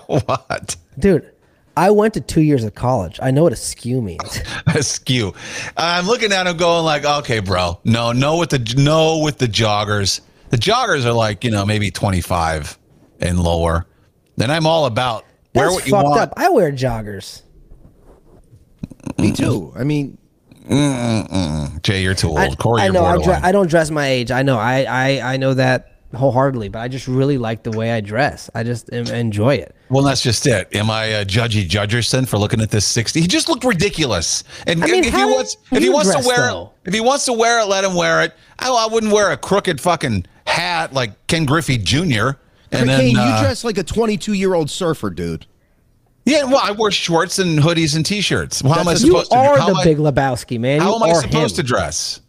S2: what?
S4: Dude, I went to two years of college. I know what a skew means.
S2: askew. I'm looking at him going like, okay, bro, no, no with the no with the joggers. The joggers are like you know maybe 25 and lower. Then I'm all about wear
S4: That's
S2: what you
S4: fucked
S2: want.
S4: up. I wear joggers.
S3: Me too. I mean,
S2: Jay, you're too old.
S4: I,
S2: Corey,
S4: I
S2: you're
S4: know. I'm dre-
S2: borderline.
S4: I don't dress my age. I know. I, I, I know that wholeheartedly, but I just really like the way I dress. I just em- enjoy it.
S2: well, that's just it. Am I a judgy Judgerson for looking at this 60? He just looked ridiculous. And
S4: I mean,
S2: if he
S4: how
S2: wants,
S4: are
S2: if he
S4: you
S2: wants to
S4: dressed,
S2: wear
S4: though?
S2: it, if he wants to wear it, let him wear it. I, I wouldn't wear a crooked fucking hat like Ken Griffey Jr. And then
S3: Kane,
S2: uh,
S3: you dress like a 22 year old surfer, dude.
S2: Yeah, well, I wore shorts and hoodies and t-shirts. Well, how am I
S3: That's-
S4: You
S2: supposed to?
S4: are
S2: how
S4: the
S2: am I-
S4: Big Lebowski, man.
S2: How
S4: You
S2: am I
S4: are
S2: supposed
S4: him.
S2: to dress?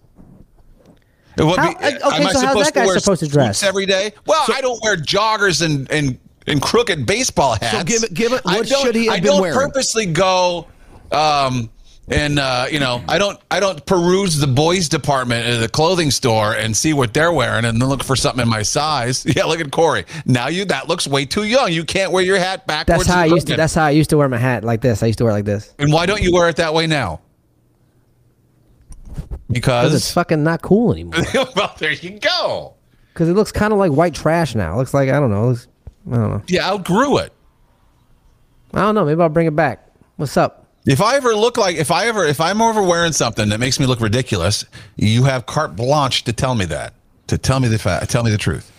S2: It would
S4: How- uh, okay, so how's that guy supposed to
S2: suits
S4: dress?
S2: every day? Well, I don't wear joggers and and and crooked baseball hats.
S3: give it- give it-
S2: I
S3: what
S2: don't-
S3: should he have
S2: I
S3: been
S2: don't
S3: wearing?
S2: purposely go. Um, and uh, you know, I don't, I don't peruse the boys' department at the clothing store and see what they're wearing, and then look for something in my size. Yeah, look at Corey. Now you, that looks way too young. You can't wear your hat backwards.
S4: That's how I
S2: and
S4: used to.
S2: crooked.
S4: That's how I used to wear my hat like this. I used to wear it like this.
S2: And why don't you wear it that way now?
S4: Because it's
S2: Because
S4: fucking not cool anymore.
S2: well, there you go.
S4: Because it looks kind of like white trash now. It looks like I don't know. it Looks, I don't know.
S2: Yeah, outgrew it.
S4: I don't know. Maybe I'll bring it back. What's up?
S2: If I ever look like, if I ever, if I'm over wearing something that makes me look ridiculous, you have carte blanche to tell me that, to tell me the fact, tell me the truth.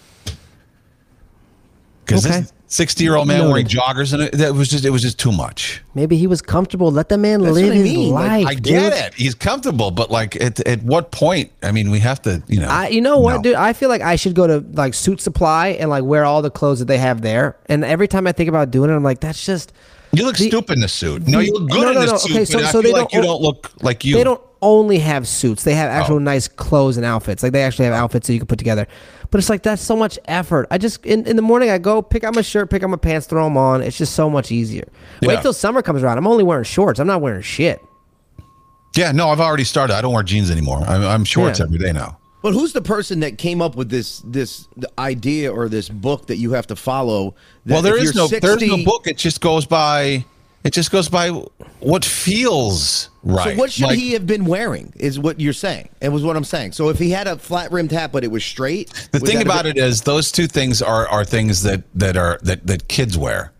S2: Because
S4: Okay.
S2: this 60 year old man
S4: Noted.
S2: wearing joggers and it, that was just, it was just too much.
S4: Maybe he was comfortable. Let the man
S3: That's
S4: live
S3: what I
S4: his
S3: mean, like,
S4: life.
S2: I get
S4: dude.
S2: it. He's comfortable, but like, at, at what point? I mean, we have to, you know.
S4: I, you know what,
S2: no.
S4: dude? I feel like I should go to like Suit Supply and like wear all the clothes that they have there. And every time I think about doing it, I'm like, that's just
S2: You look
S4: The-
S2: stupid in the suit. No,
S4: the-
S2: you look good
S4: no,
S2: in
S4: no,
S2: the
S4: no.
S2: suit.
S4: Okay, so-
S2: but I
S4: so they
S2: feel like
S4: don't-
S2: you don't look like you.
S4: they don't only have suits. They have actual
S2: Oh.
S4: nice clothes and outfits. Like they actually have outfits that you can put together. But it's like that's so much effort. I just in, in the morning I go pick out my shirt, pick out my pants, throw them on. It's just so much easier.
S2: Yeah.
S4: Wait till summer comes around. I'm only wearing shorts. I'm not wearing shit.
S2: Yeah, no, I've already started. I don't wear jeans anymore. I'm, I'm shorts
S4: Yeah.
S2: every day now.
S3: But who's the person that came up with this this the idea or this book that you have to follow? that
S2: well, there
S3: if
S2: is
S3: you're
S2: no there's
S3: 60
S2: no book. It just goes by. It just goes by what feels right.
S3: So what should
S2: Like,
S3: he have been wearing? Is what you're saying? It was what I'm saying. So if he had a flat rimmed hat but it was straight,
S2: The thing about it is, those two things are are things that that are that that kids wear,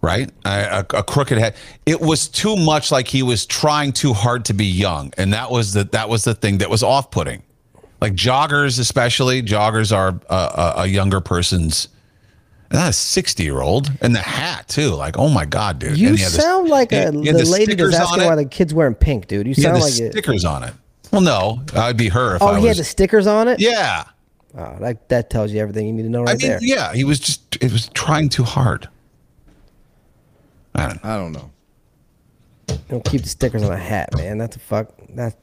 S2: right? I- A, a crooked head. It was too much like he was trying too hard to be young, and that was the that was the thing that was off putting. Like joggers, especially joggers, are a, a, a younger person's. Not a sixty-year-old, and the hat too. Like, oh my god, dude!
S4: You
S2: And he had this-
S4: sound like
S2: he-
S4: a,
S2: he had
S4: the lady
S2: stickers
S4: that's
S2: on
S4: asking
S2: it.
S4: why the kid's wearing pink, dude. You
S2: He had
S4: sound
S2: the
S4: like it.
S2: stickers on it. Well, no, I'd be her if
S4: Oh,
S2: I
S4: he had
S2: was.
S4: the stickers on it.
S2: yeah,
S4: Oh, that that tells you everything you need to know right
S2: I mean,
S4: there.
S2: yeah, he was just it was trying too hard. I don't know.
S3: I don't know.
S4: Don't keep the stickers on a hat, man. That's a fuck. That's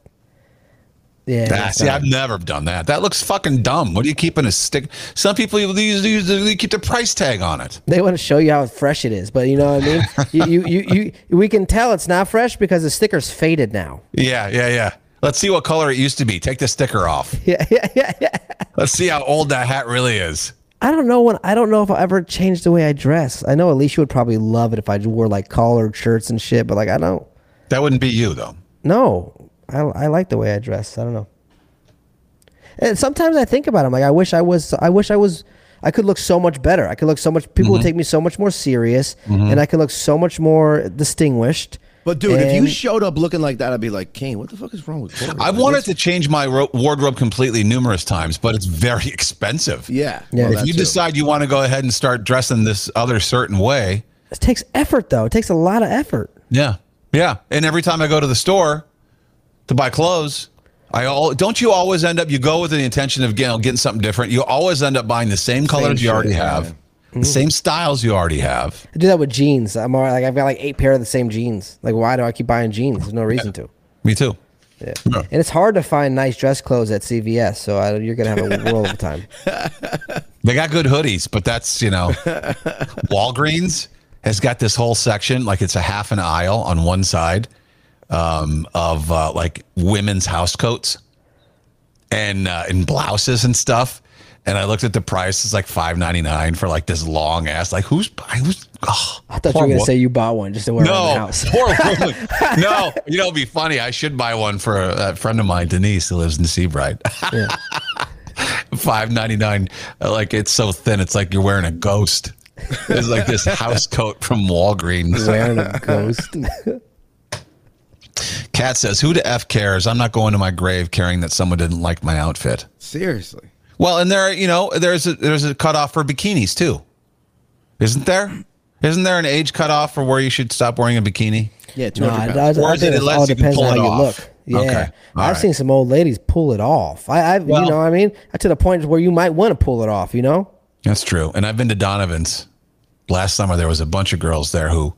S4: yeah.
S2: Ah,
S4: that's
S2: see,
S4: not-
S2: I've never done that. That looks fucking dumb. What are you keeping a stick? Some people you use, use they keep the price tag on it.
S4: They want to show you how fresh it is, but you know what I mean. you, you, you, you, we can tell it's not fresh because the sticker's faded now.
S2: Yeah, yeah, yeah. Let's see what color it used to be. Take the sticker off.
S4: Yeah, yeah, yeah, yeah.
S2: Let's see how old that hat really is.
S4: I don't know when. I don't know if I'll ever change the way I dress. I know Alicia would probably love it if I wore like collared shirts and shit, but like I don't.
S2: That wouldn't be you though.
S4: No, I, I like the way I dress. I don't know. And sometimes I think about it. I'm like, I wish I was. I wish I was. I could look so much better. I could look so much. People would take me so much more serious, and I could look so much more distinguished.
S3: But dude, if you
S4: And-
S3: showed up looking like that, I'd be like, Kane, what the fuck is wrong with Corey?
S2: I've
S3: Like,
S2: wanted
S3: what's-
S2: to change my ro- wardrobe completely numerous times, but it's very expensive.
S3: Yeah.
S4: Yeah.
S3: Well,
S2: if
S3: that
S2: you
S3: too.
S2: decide you want to go ahead and start dressing this other certain way,
S4: It takes effort, though. It takes a lot of effort.
S2: yeah, yeah. And every time I go to the store to buy clothes, I all don't you always end up you go with the intention of getting, getting something different. You always end up buying the same colors you
S3: shirt,
S2: already
S3: yeah.
S2: have, the same styles you already have.
S4: I do that with jeans. I'm all like I've got like eight pair of the same jeans. Like why do I keep buying jeans? There's no reason to.
S2: Me too.
S4: Yeah.
S2: Yeah.
S4: And it's hard to find nice dress clothes at CVS, so I, you're gonna have a world of time.
S2: They got good hoodies, but that's, you know, Walgreens has got this whole section, like it's a half an aisle on one side um, of uh, like women's house coats and, uh, and blouses and stuff. And I looked at the price; it's like five ninety nine for like this long ass. Like, who's I was. Oh,
S4: I thought you were gonna say you bought one just to wear around the
S2: no,
S4: house.
S2: poor woman. no. You know, it'd be funny. I should buy one for a, a friend of mine, Denise, who lives in Seabright. Five ninety nine. Like it's so thin. It's like you're wearing a ghost. It's like this house coat from Walgreens.
S4: Wearing a ghost.
S2: Kat says, "Who the f cares? I'm not going to my grave caring that someone didn't like my outfit."
S3: Seriously.
S2: Well, and there, you know, there's a, there's a cutoff for bikinis too, isn't there? Isn't there an age cutoff for where you should stop wearing a bikini?
S3: Yeah,
S4: no, I,
S3: 200
S4: I- I
S2: Or is
S4: think
S2: it
S4: it
S2: unless
S4: all
S2: you can
S4: depends
S2: pull
S4: on
S2: it
S4: how you
S2: off?
S4: look. Yeah,
S2: Okay. All
S4: I've
S2: right.
S4: seen some old ladies pull it off. I, I've,
S2: Well-
S4: you know, what I mean, to the point where you might want to pull it off. You know,
S2: That's true. And I've been to Donovan's. Last summer there was a bunch of girls there who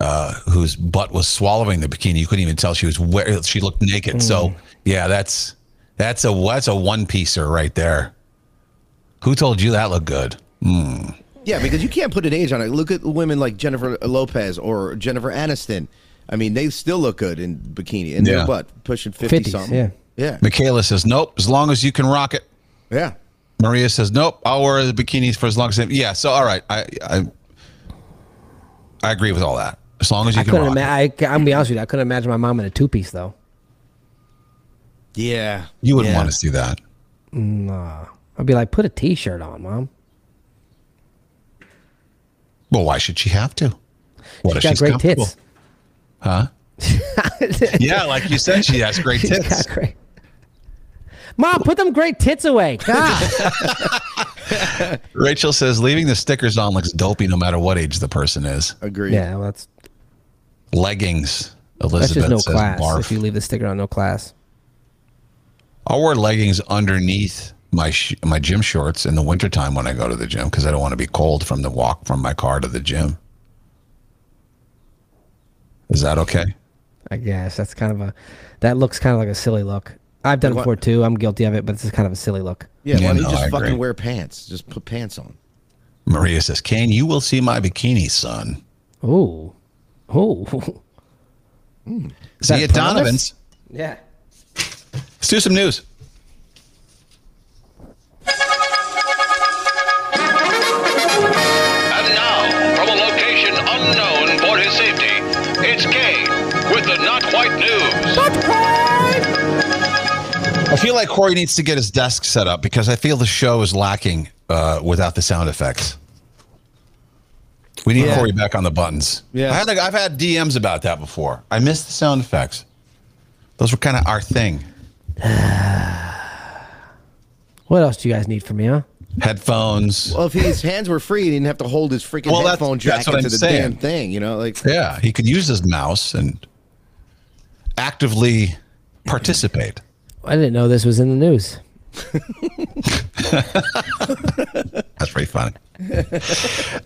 S2: uh, whose butt was swallowing the bikini. You couldn't even tell she was where she looked naked.
S4: Mm.
S2: So yeah, that's that's a that's a one piecer right there. Who told you that looked good?
S3: Yeah, because you can't put an age on it. Look at women like Jennifer Lopez or Jennifer Aniston. I mean, they still look good in bikini, and
S2: Yeah.
S3: they're what pushing fifty
S4: 50s,
S3: something.
S4: yeah.
S3: yeah,
S2: Michaela says, Nope, as long as you can rock it.
S3: yeah.
S2: Maria says, Nope, I'll wear the bikinis for as long as I Yeah, so all right. I I I agree with all that. As long as you
S4: I
S2: can
S4: couldn't.
S2: rock
S4: Ima-
S2: it.
S4: I, I'm gonna be honest with you. I couldn't imagine my mom in a two piece though.
S3: Yeah,
S2: You wouldn't
S3: Yeah.
S2: want to see that.
S4: I'd be like, put a t shirt on, mom.
S2: Well, why should she have to? What
S4: She's got great tits.
S2: Yeah, like you said, she has great
S4: She's
S2: tits.
S4: got great. Mom, put them great tits away. God.
S2: Rachel says leaving the stickers on looks dopey no matter what age the person is.
S3: agreed.
S4: yeah, well, that's
S2: Leggings.
S4: that's
S2: Elizabeth
S4: just no
S2: says
S4: class.
S2: barf.
S4: If you leave the sticker on, no class.
S2: I'll wear leggings underneath my sh- my gym shorts in the wintertime when I go to the gym because I don't want to be cold from the walk from my car to the gym. Is that okay?
S4: I guess that's kind of a that looks kind of like a silly look. I've done it before too. I'm guilty of it, but it's just kind of a silly look.
S3: yeah. Why
S2: Yeah,
S3: don't you
S2: no,
S3: just
S2: I
S3: fucking
S2: agree.
S3: wear pants? Just put pants on.
S2: Maria says, Kane, you will see my bikini, son.
S4: Ooh, ooh,
S2: See
S4: that
S2: you
S4: a
S2: at
S4: promise?
S2: Donovan's.
S4: yeah.
S2: Let's do some news.
S8: And now, from a location unknown for his safety, it's Kane with the Not Quite News.
S2: I feel like Corey needs to get his desk set up because I feel the show is lacking uh, without the sound effects. We need Corey back on the buttons.
S3: Yeah.
S2: I had, like, I've had DMs about that before. I miss the sound effects. Those were kind of our thing.
S4: What else do you guys need from me, huh?
S2: Headphones.
S3: Well, if his hands were free, he didn't have to hold his freaking
S2: Well, that's-
S3: headphone
S2: that's
S3: jack
S2: what
S3: into
S2: I'm
S3: the
S2: saying.
S3: damn thing. You know, like
S2: yeah, he could use his mouse and actively participate.
S4: I didn't know this was in the news.
S2: That's pretty funny.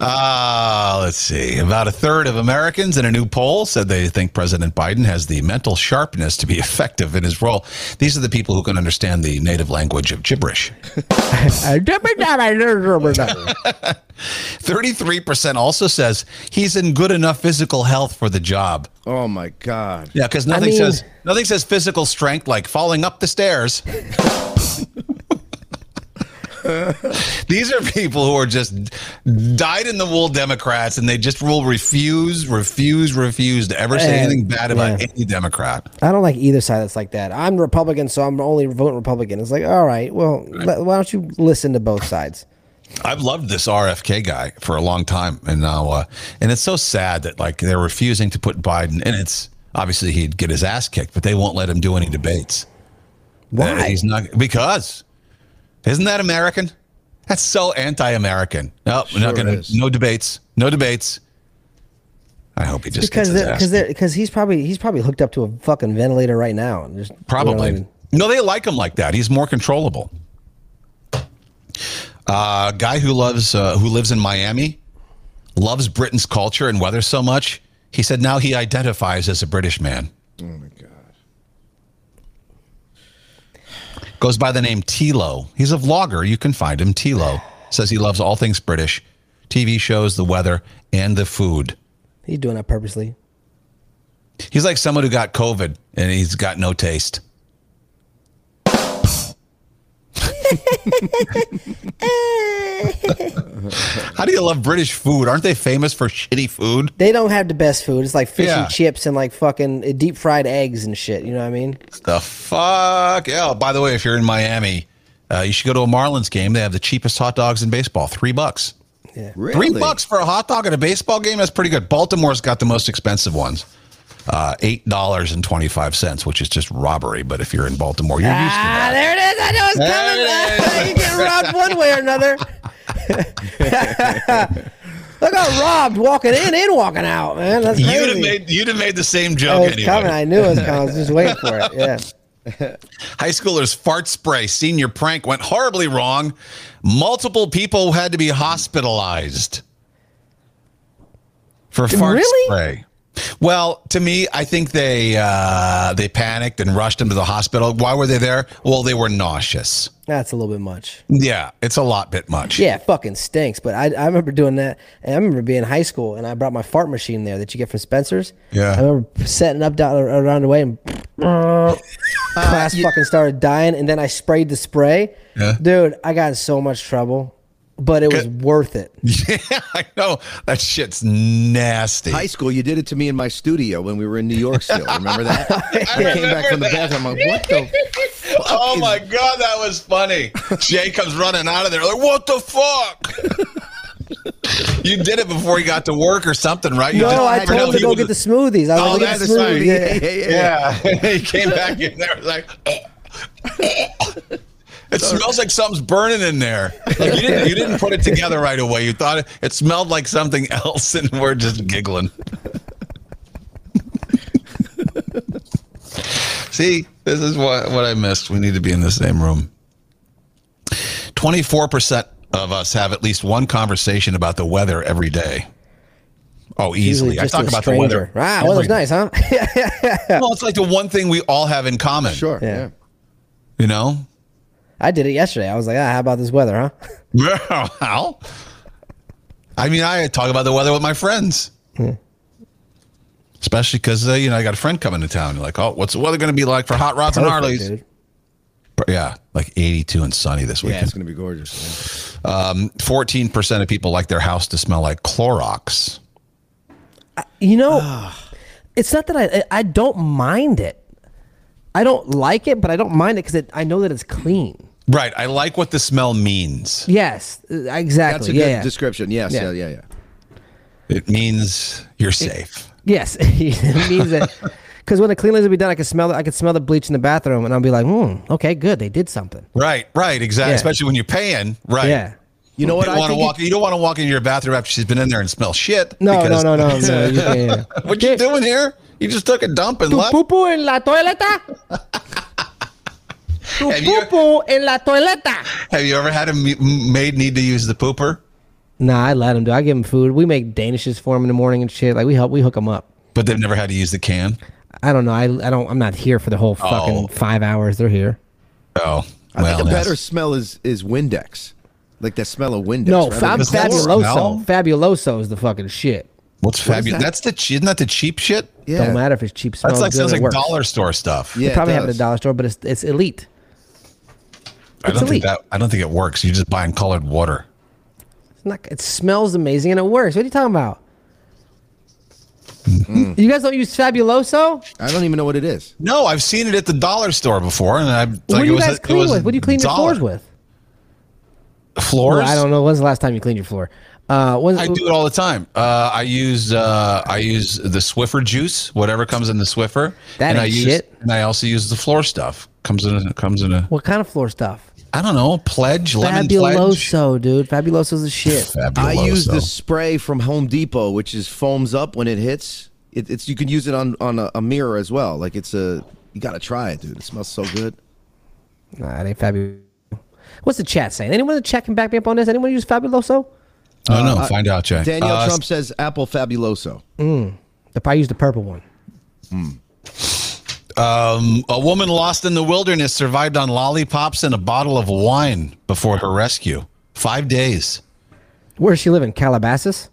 S2: uh, let's see. About a third of Americans in a new poll said they think President Biden has the mental sharpness to be effective in his role. These are the people who can understand the native language of gibberish. 33% also says he's in good enough physical health for the job.
S3: oh my god,
S2: Yeah, because nothing
S4: mean-
S2: says nothing says physical strength like falling up the stairs. These are people who are just dyed in the wool Democrats, and they just will refuse, refuse, refuse to ever say
S4: Eh,
S2: anything bad about
S4: yeah.
S2: any Democrat.
S4: I don't like either side that's like that. I'm Republican, so I'm only voting Republican. It's like, all right, well, le- why don't you listen to both sides?
S2: I've loved this RFK guy for a long time, and now, uh, and it's so sad that like they're refusing to put Biden, and it's Obviously, he'd get his ass kicked, but they won't let him do any debates. Why? He's not because isn't that American? That's so anti-American. No, we're not
S3: Sure
S2: gonna.
S3: is.
S2: No debates. No debates. I hope he just
S4: because
S2: gets his
S4: they're-
S2: ass
S4: cause
S2: kicked.
S4: they're- cause he's probably he's probably hooked up to a fucking ventilator right now and just
S2: Probably.
S4: you know,
S2: no, they like him like that. He's more controllable. Uh, guy who loves uh, who lives in Miami loves Britain's culture and weather so much. He said now he identifies as a British man.
S3: Oh my god.
S2: Goes by the name Tilo. He's a vlogger. You can find him. Tilo says he loves all things British, TV shows, the weather, and the food.
S4: he's doing that purposely.
S2: He's like someone who got COVID and he's got no taste. How do you love British food? Aren't they famous for shitty food?
S4: They don't have the best food. It's like fish
S2: Yeah.
S4: and chips and like fucking uh, deep fried eggs and shit. You know what I mean?
S2: The fuck? Oh, by the way, if you're in Miami, uh, you should go to a Marlins game. They have the cheapest hot dogs in baseball, three bucks.
S3: Really?
S2: Three bucks for a hot dog at a baseball game? That's pretty good. Baltimore's got the most expensive ones. Uh, eight dollars and twenty five cents, which is just robbery. But if you're in Baltimore, you're used to
S4: Ah,
S2: that.
S4: there it is. I know it's
S2: There
S4: coming. you get robbed one way or another. I got robbed walking in and walking out, man. That's crazy.
S2: You'd have made you'd have made the same joke
S4: Oh, it's
S2: anyway.
S4: coming. I knew it was coming. I was just waiting for it. Yeah.
S2: High schoolers fart spray senior prank went horribly wrong. Multiple people had to be hospitalized for fart
S4: Really?
S2: spray. Well, to me, I think they uh, they panicked and rushed him to the hospital. Why were they there? Well, they were nauseous.
S4: That's a little bit much.
S2: Yeah, it's a lot bit much.
S4: Yeah, it fucking stinks. But I, I remember doing that. And I remember being in high school and I brought my fart machine there that you get from Spencer's.
S2: Yeah.
S4: I remember setting up down around the way and class fucking started dying. And then I sprayed the spray.
S2: Yeah.
S4: Dude, I got in so much trouble, but it was worth it.
S2: yeah, I know that shit's nasty.
S3: High school, you did it to me in my studio when we were in New York still. Remember that? I, came back from the bathroom. I'm like, what the? Fuck
S2: Oh
S3: is-
S2: my god, that was funny. Jay comes running out of there like, "What the fuck?" you did it before he got to work or something, right? You
S4: No,
S2: just-
S4: I told
S2: know,
S4: him to
S2: he
S4: go
S2: was-
S4: get the smoothies. I was
S2: Oh,
S4: like, get the
S2: that's right.
S4: smoothies. Yeah.
S3: yeah, yeah.
S2: Yeah, he came back in there like. It smells like something's burning in there. Like you didn't, you didn't put it together right away. You thought it, it smelled like something else, and we're just giggling. See, this is what what I missed. We need to be in the same room. Twenty four percent of us have at least one conversation about the weather every day. Oh, easily. I
S4: Just
S2: talk
S4: a
S2: about the
S4: stranger.
S2: weather.
S4: Ah,
S2: every
S4: weather's
S2: day.
S4: nice, huh?
S2: Well, it's like the one thing we all have in common.
S3: Sure.
S4: Yeah.
S3: Yeah.
S2: You know?
S4: I did it yesterday. I was like, ah, how about this weather, huh?
S2: Well, I mean, I talk about the weather with my friends.
S4: Hmm.
S2: Especially because, uh, you know, I got a friend coming to town. You're like, oh, what's the weather going to be like for Hot Rods and
S4: Perfect,
S2: Harleys?
S4: dude.
S2: Yeah, like 82 and sunny this
S3: Yeah,
S2: weekend.
S3: it's gonna be gorgeous.
S2: 14% of people like their house to smell like Clorox.
S4: You know, it's not that I I don't mind it. I don't like it, but I don't mind it because I know that it's clean.
S2: Right. I like what the smell means.
S4: Yes, uh,
S3: That's a
S4: exactly.
S3: good
S4: yeah, yeah.
S3: description. Yes,
S4: Yeah.
S3: yeah, yeah, yeah.
S2: It means you're safe.
S4: yes, it means that because when the cleaners will be done, I can smell it. I can smell the bleach in the bathroom, and I'll be like, hmm, okay, good, they did something.
S2: Right, right, exactly.
S4: Yeah.
S2: Especially when you're paying. Right.
S4: Yeah.
S3: You know
S2: You
S3: what?
S2: don't
S3: I
S2: want to
S3: think
S2: walk.
S3: it-
S2: You don't want to walk into your bathroom after she's been in there and smell shit.
S4: No, no,
S2: because-
S4: no, no, no. You can't.
S2: What you doing here? You just took a dump and
S4: Tu
S2: left.
S4: poo en la toileta. Tu
S2: Have you-
S4: poo en la toileta.
S2: Have you ever had a m- maid need to use the pooper?
S4: Nah, I let him do. I give him food. We make danishes for him in the morning and shit. Like we help, we hook him up.
S2: But they've never had to use the can.
S4: I don't know. I, I don't. I'm not here for the whole fucking
S2: Oh.
S4: five hours they're here.
S2: Oh,
S3: I think a
S2: that's-
S3: better smell is is Windex, like the smell of Windex.
S4: No,
S3: rather
S4: Fab-
S3: than-
S2: Does that smell?
S4: fabuloso. Fabuloso is the fucking shit.
S2: What's fabulous?
S3: that?
S2: That's the che- isn't that the cheap shit?
S3: yeah.
S4: Don't matter if it's cheap. Smells
S2: That's like
S4: good
S2: sounds
S4: or
S2: like
S4: works.
S2: dollar store stuff.
S3: Yeah, it
S4: Probably have it at
S3: does.
S4: the dollar store, but it's it's elite.
S2: I don't
S4: elite.
S2: think that. I don't think it works. You're just buying colored water.
S4: It's not, it smells amazing and it works. What are you talking about?
S2: Hmm.
S4: You guys don't use fabuloso?
S3: I don't even know what it is.
S2: No, I've seen it at the dollar store before, and I.
S4: what do you guys clean with? What do you clean your floors with?
S2: Floors?
S4: I don't know. When's the last time you cleaned your floor? Uh, when's,
S2: I do it all the time. Uh, I use uh, I use the Swiffer juice, whatever comes in the Swiffer,
S9: That ain't
S2: and I use
S9: shit.
S2: and I also use the floor stuff. Comes in a, comes in a
S4: What kind of floor stuff?
S2: I don't know pledge lemon pledge.
S4: Fabuloso, dude. Fabuloso's the shit.
S2: Fabuloso.
S3: I use the spray from Home Depot, which is foams up when it hits. It, it's you can use it on on a, a mirror as well. Like it's a you gotta try it, dude. It smells so good.
S4: Nah, it ain't Fabuloso. What's the chat saying? Anyone in the chat can back me up on this? Anyone use Fabuloso?
S2: I don't know. Find out, Jay.
S3: Danielle
S2: Uh,
S3: Trump says apple fabuloso.
S4: The probably used the purple one.
S2: A woman lost in the wilderness survived on lollipops and a bottle of wine before her rescue. Five days.
S4: Where does she live in Calabasas?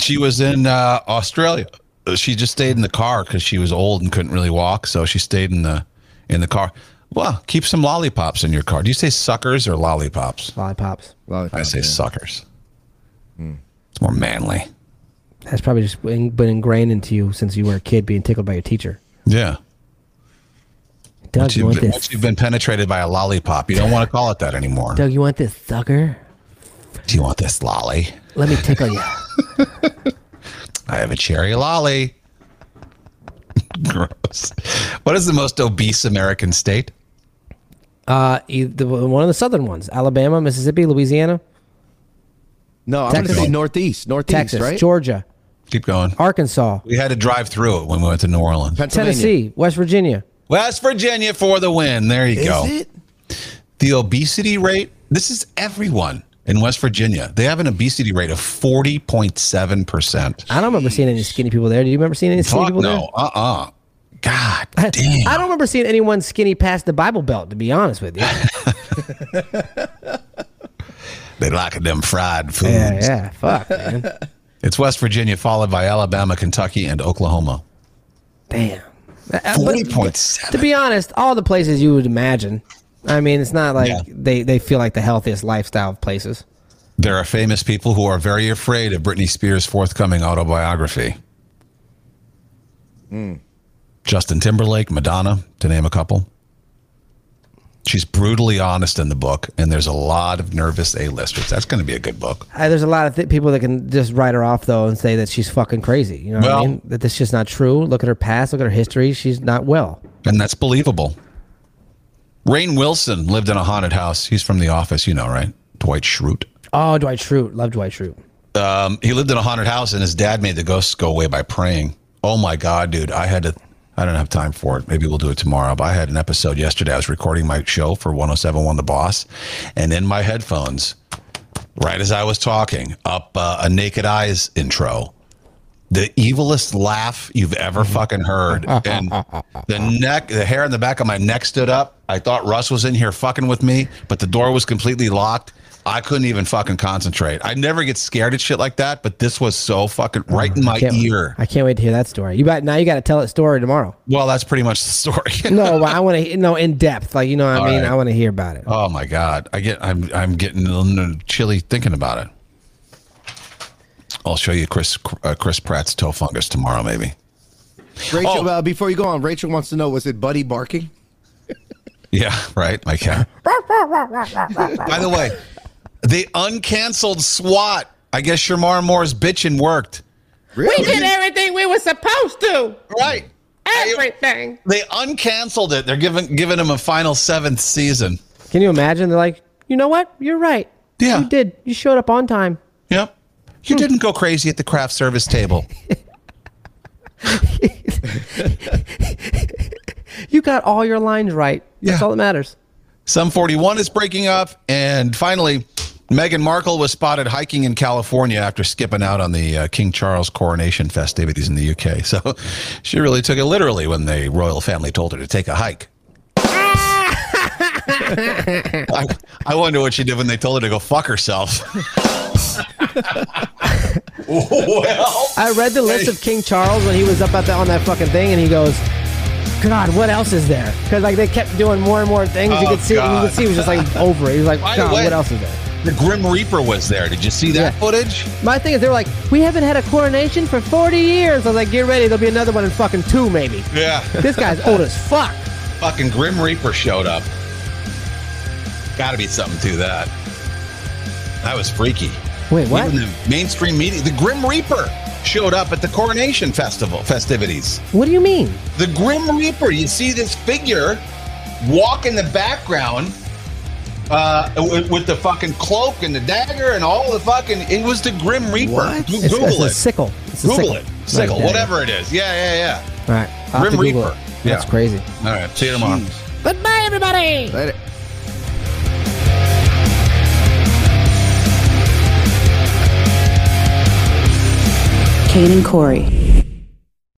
S2: She was in uh, Australia. She just stayed in the car because she was old and couldn't really walk, so she stayed in the in the car. Well, keep some lollipops in your car. Do you say suckers or lollipops?
S4: Lollipops.
S3: Lollipop,
S2: I say
S3: yeah.
S2: suckers. It's more manly.
S4: That's probably just been been ingrained into you since you were a kid, being tickled by your teacher.
S2: Yeah.
S4: Doug,
S2: Once
S4: you
S2: you've,
S4: want
S2: been,
S4: this?
S2: once you've been penetrated by a lollipop, you don't want to call it that anymore.
S4: Doug, you want this sucker?
S2: Do you want this lolly?
S4: Let me tickle you.
S2: I have a cherry lolly. Gross. What is the most obese American state?
S4: Uh, e- the, one of the southern ones: Alabama, Mississippi, Louisiana,
S3: No, I'm gonna
S4: Texas.
S3: say northeast, northeast,
S4: Texas,
S3: right?
S4: Georgia,
S2: Keep going.
S4: Arkansas,
S2: We had to drive through it when we went to New Orleans.
S3: Pennsylvania.
S4: Tennessee, West Virginia.
S2: West Virginia for the win. There you
S3: Is
S2: go.
S3: it?
S2: The obesity rate, this is everyone in West Virginia. They have an obesity rate of 40.7%.
S4: I don't remember seeing any skinny people there. Do you remember seeing any skinny
S2: Fuck
S4: people
S2: no. Uh uh God
S4: there?
S2: damn.
S4: I don't remember seeing anyone skinny past the Bible Belt. To be honest with you,
S2: They like them fried foods.
S4: yeah, yeah, fuck, man,
S2: It's West Virginia followed by Alabama, Kentucky, and Oklahoma.
S4: damn. Uh, uh, but-
S2: 40.7.
S4: to be honest, all the places you would imagine. I mean, it's not like
S2: Yeah.
S4: they, they feel like the healthiest lifestyle of places.
S2: There are famous people who are very afraid of Britney Spears' forthcoming autobiography. Justin Timberlake, Madonna, to name a couple. She's brutally honest in the book, and there's a lot of nervous A-listers. That's going to be a good book.
S4: Uh, there's a lot of th- people that can just write her off though and say that she's fucking crazy. You know what
S2: Well-
S4: I mean? That that's just not true. Look at her past. Look at her history. She's not well.
S2: And that's believable. Rain Wilson lived in a haunted house. He's from The Office, you know, right? Dwight Schrute.
S4: Oh, Dwight Schrute. Love Dwight Schrute.
S2: Um, he lived in a haunted house, and his dad made the ghosts go away by praying. Oh my god, dude! I had to. I don't have time for it. Maybe we'll do it tomorrow. But I had an episode yesterday. I was recording my show for 107.1 The Boss, and in my headphones, right as I was talking, up uh, a Naked Eyes intro, the evilest laugh you've ever
S4: Mm-hmm.
S2: fucking heard, and the neck, the hair on the back of my neck stood up. I thought Russ was in here fucking with me, but the door was completely locked. I couldn't even fucking concentrate. I never get scared at shit like that, but this was so fucking right in my
S4: Can't-
S2: ear.
S4: Mm, I can't wait to hear that story. You got now. You got to tell that story tomorrow.
S2: Well, that's pretty much the story.
S4: No, but I want to no in depth. Like you know what I
S2: All
S4: mean.
S2: right.
S4: I want to hear about it.
S2: oh my god, I get I'm I'm getting a little chilly thinking about it. I'll show you Chris uh, Chris Pratt's toe fungus tomorrow, maybe. Oh.
S3: Rachel, uh, before you go on, Rachel wants to know: Was it Buddy barking?
S2: Yeah, right. My cat. By the way, the uncanceled SWAT. I guess Shamar Moore's bitching worked.
S3: Really?
S10: everything we were supposed to.
S2: Right.
S10: Everything.
S2: They uncanceled it. They're giving giving him a final seventh season.
S4: Can you imagine? They're like, you know what? You're right.
S2: Yeah.
S4: you did. You showed up on time.
S2: Yep. You didn't go crazy at the craft service table.
S4: You got all your lines right. That's
S2: Yeah.
S4: all that matters.
S2: Some 41 is breaking up. And finally, Meghan Markle was spotted hiking in California after skipping out on the uh, King Charles coronation festivities in the UK. So she really took it literally when the royal family told her to take a hike. I, I wonder what she did when they told her to go fuck herself. well,
S4: I read the list of King Charles when he was up at the, on that fucking thing, and he goes, "God, what else is there?" Because like they kept doing more and more things. you
S2: Oh,
S4: could see, and you
S2: God.
S4: could see he was just like over it. He was like,
S2: By the
S4: "God,
S2: way-
S4: what else is there?"
S2: the Grim Reaper was there. Did you see that
S4: Yeah.
S2: footage?
S4: My thing is, they were like, "We haven't had a coronation for 40 years." I was like, "Get ready, there'll be another one in fucking two, maybe."
S2: Yeah.
S4: This guy's old as fuck.
S2: fucking Grim Reaper showed up. Got to be something to that. That was freaky.
S11: Wait, what?
S2: Even the mainstream media, the Grim Reaper showed up at the coronation festival festivities.
S4: What do you mean?
S2: The Grim Reaper. You see this figure walk in the background uh, with, with the fucking cloak and the dagger and all the fucking. It was the Grim Reaper.
S3: What?
S2: Go-
S4: It's,
S2: Google
S4: it's
S2: it.
S4: a sickle. It's a
S2: Google
S4: sickle.
S2: it. Sickle.
S4: Right, yeah,
S2: whatever it is. Yeah, yeah, yeah.
S4: yeah. All right. I'll have
S2: Grim
S4: to Google
S2: Reaper.
S4: it.
S2: Yeah.
S4: That's crazy.
S2: All right. See you tomorrow.
S12: Goodbye, everybody.
S3: Later.
S1: Kane and Corey.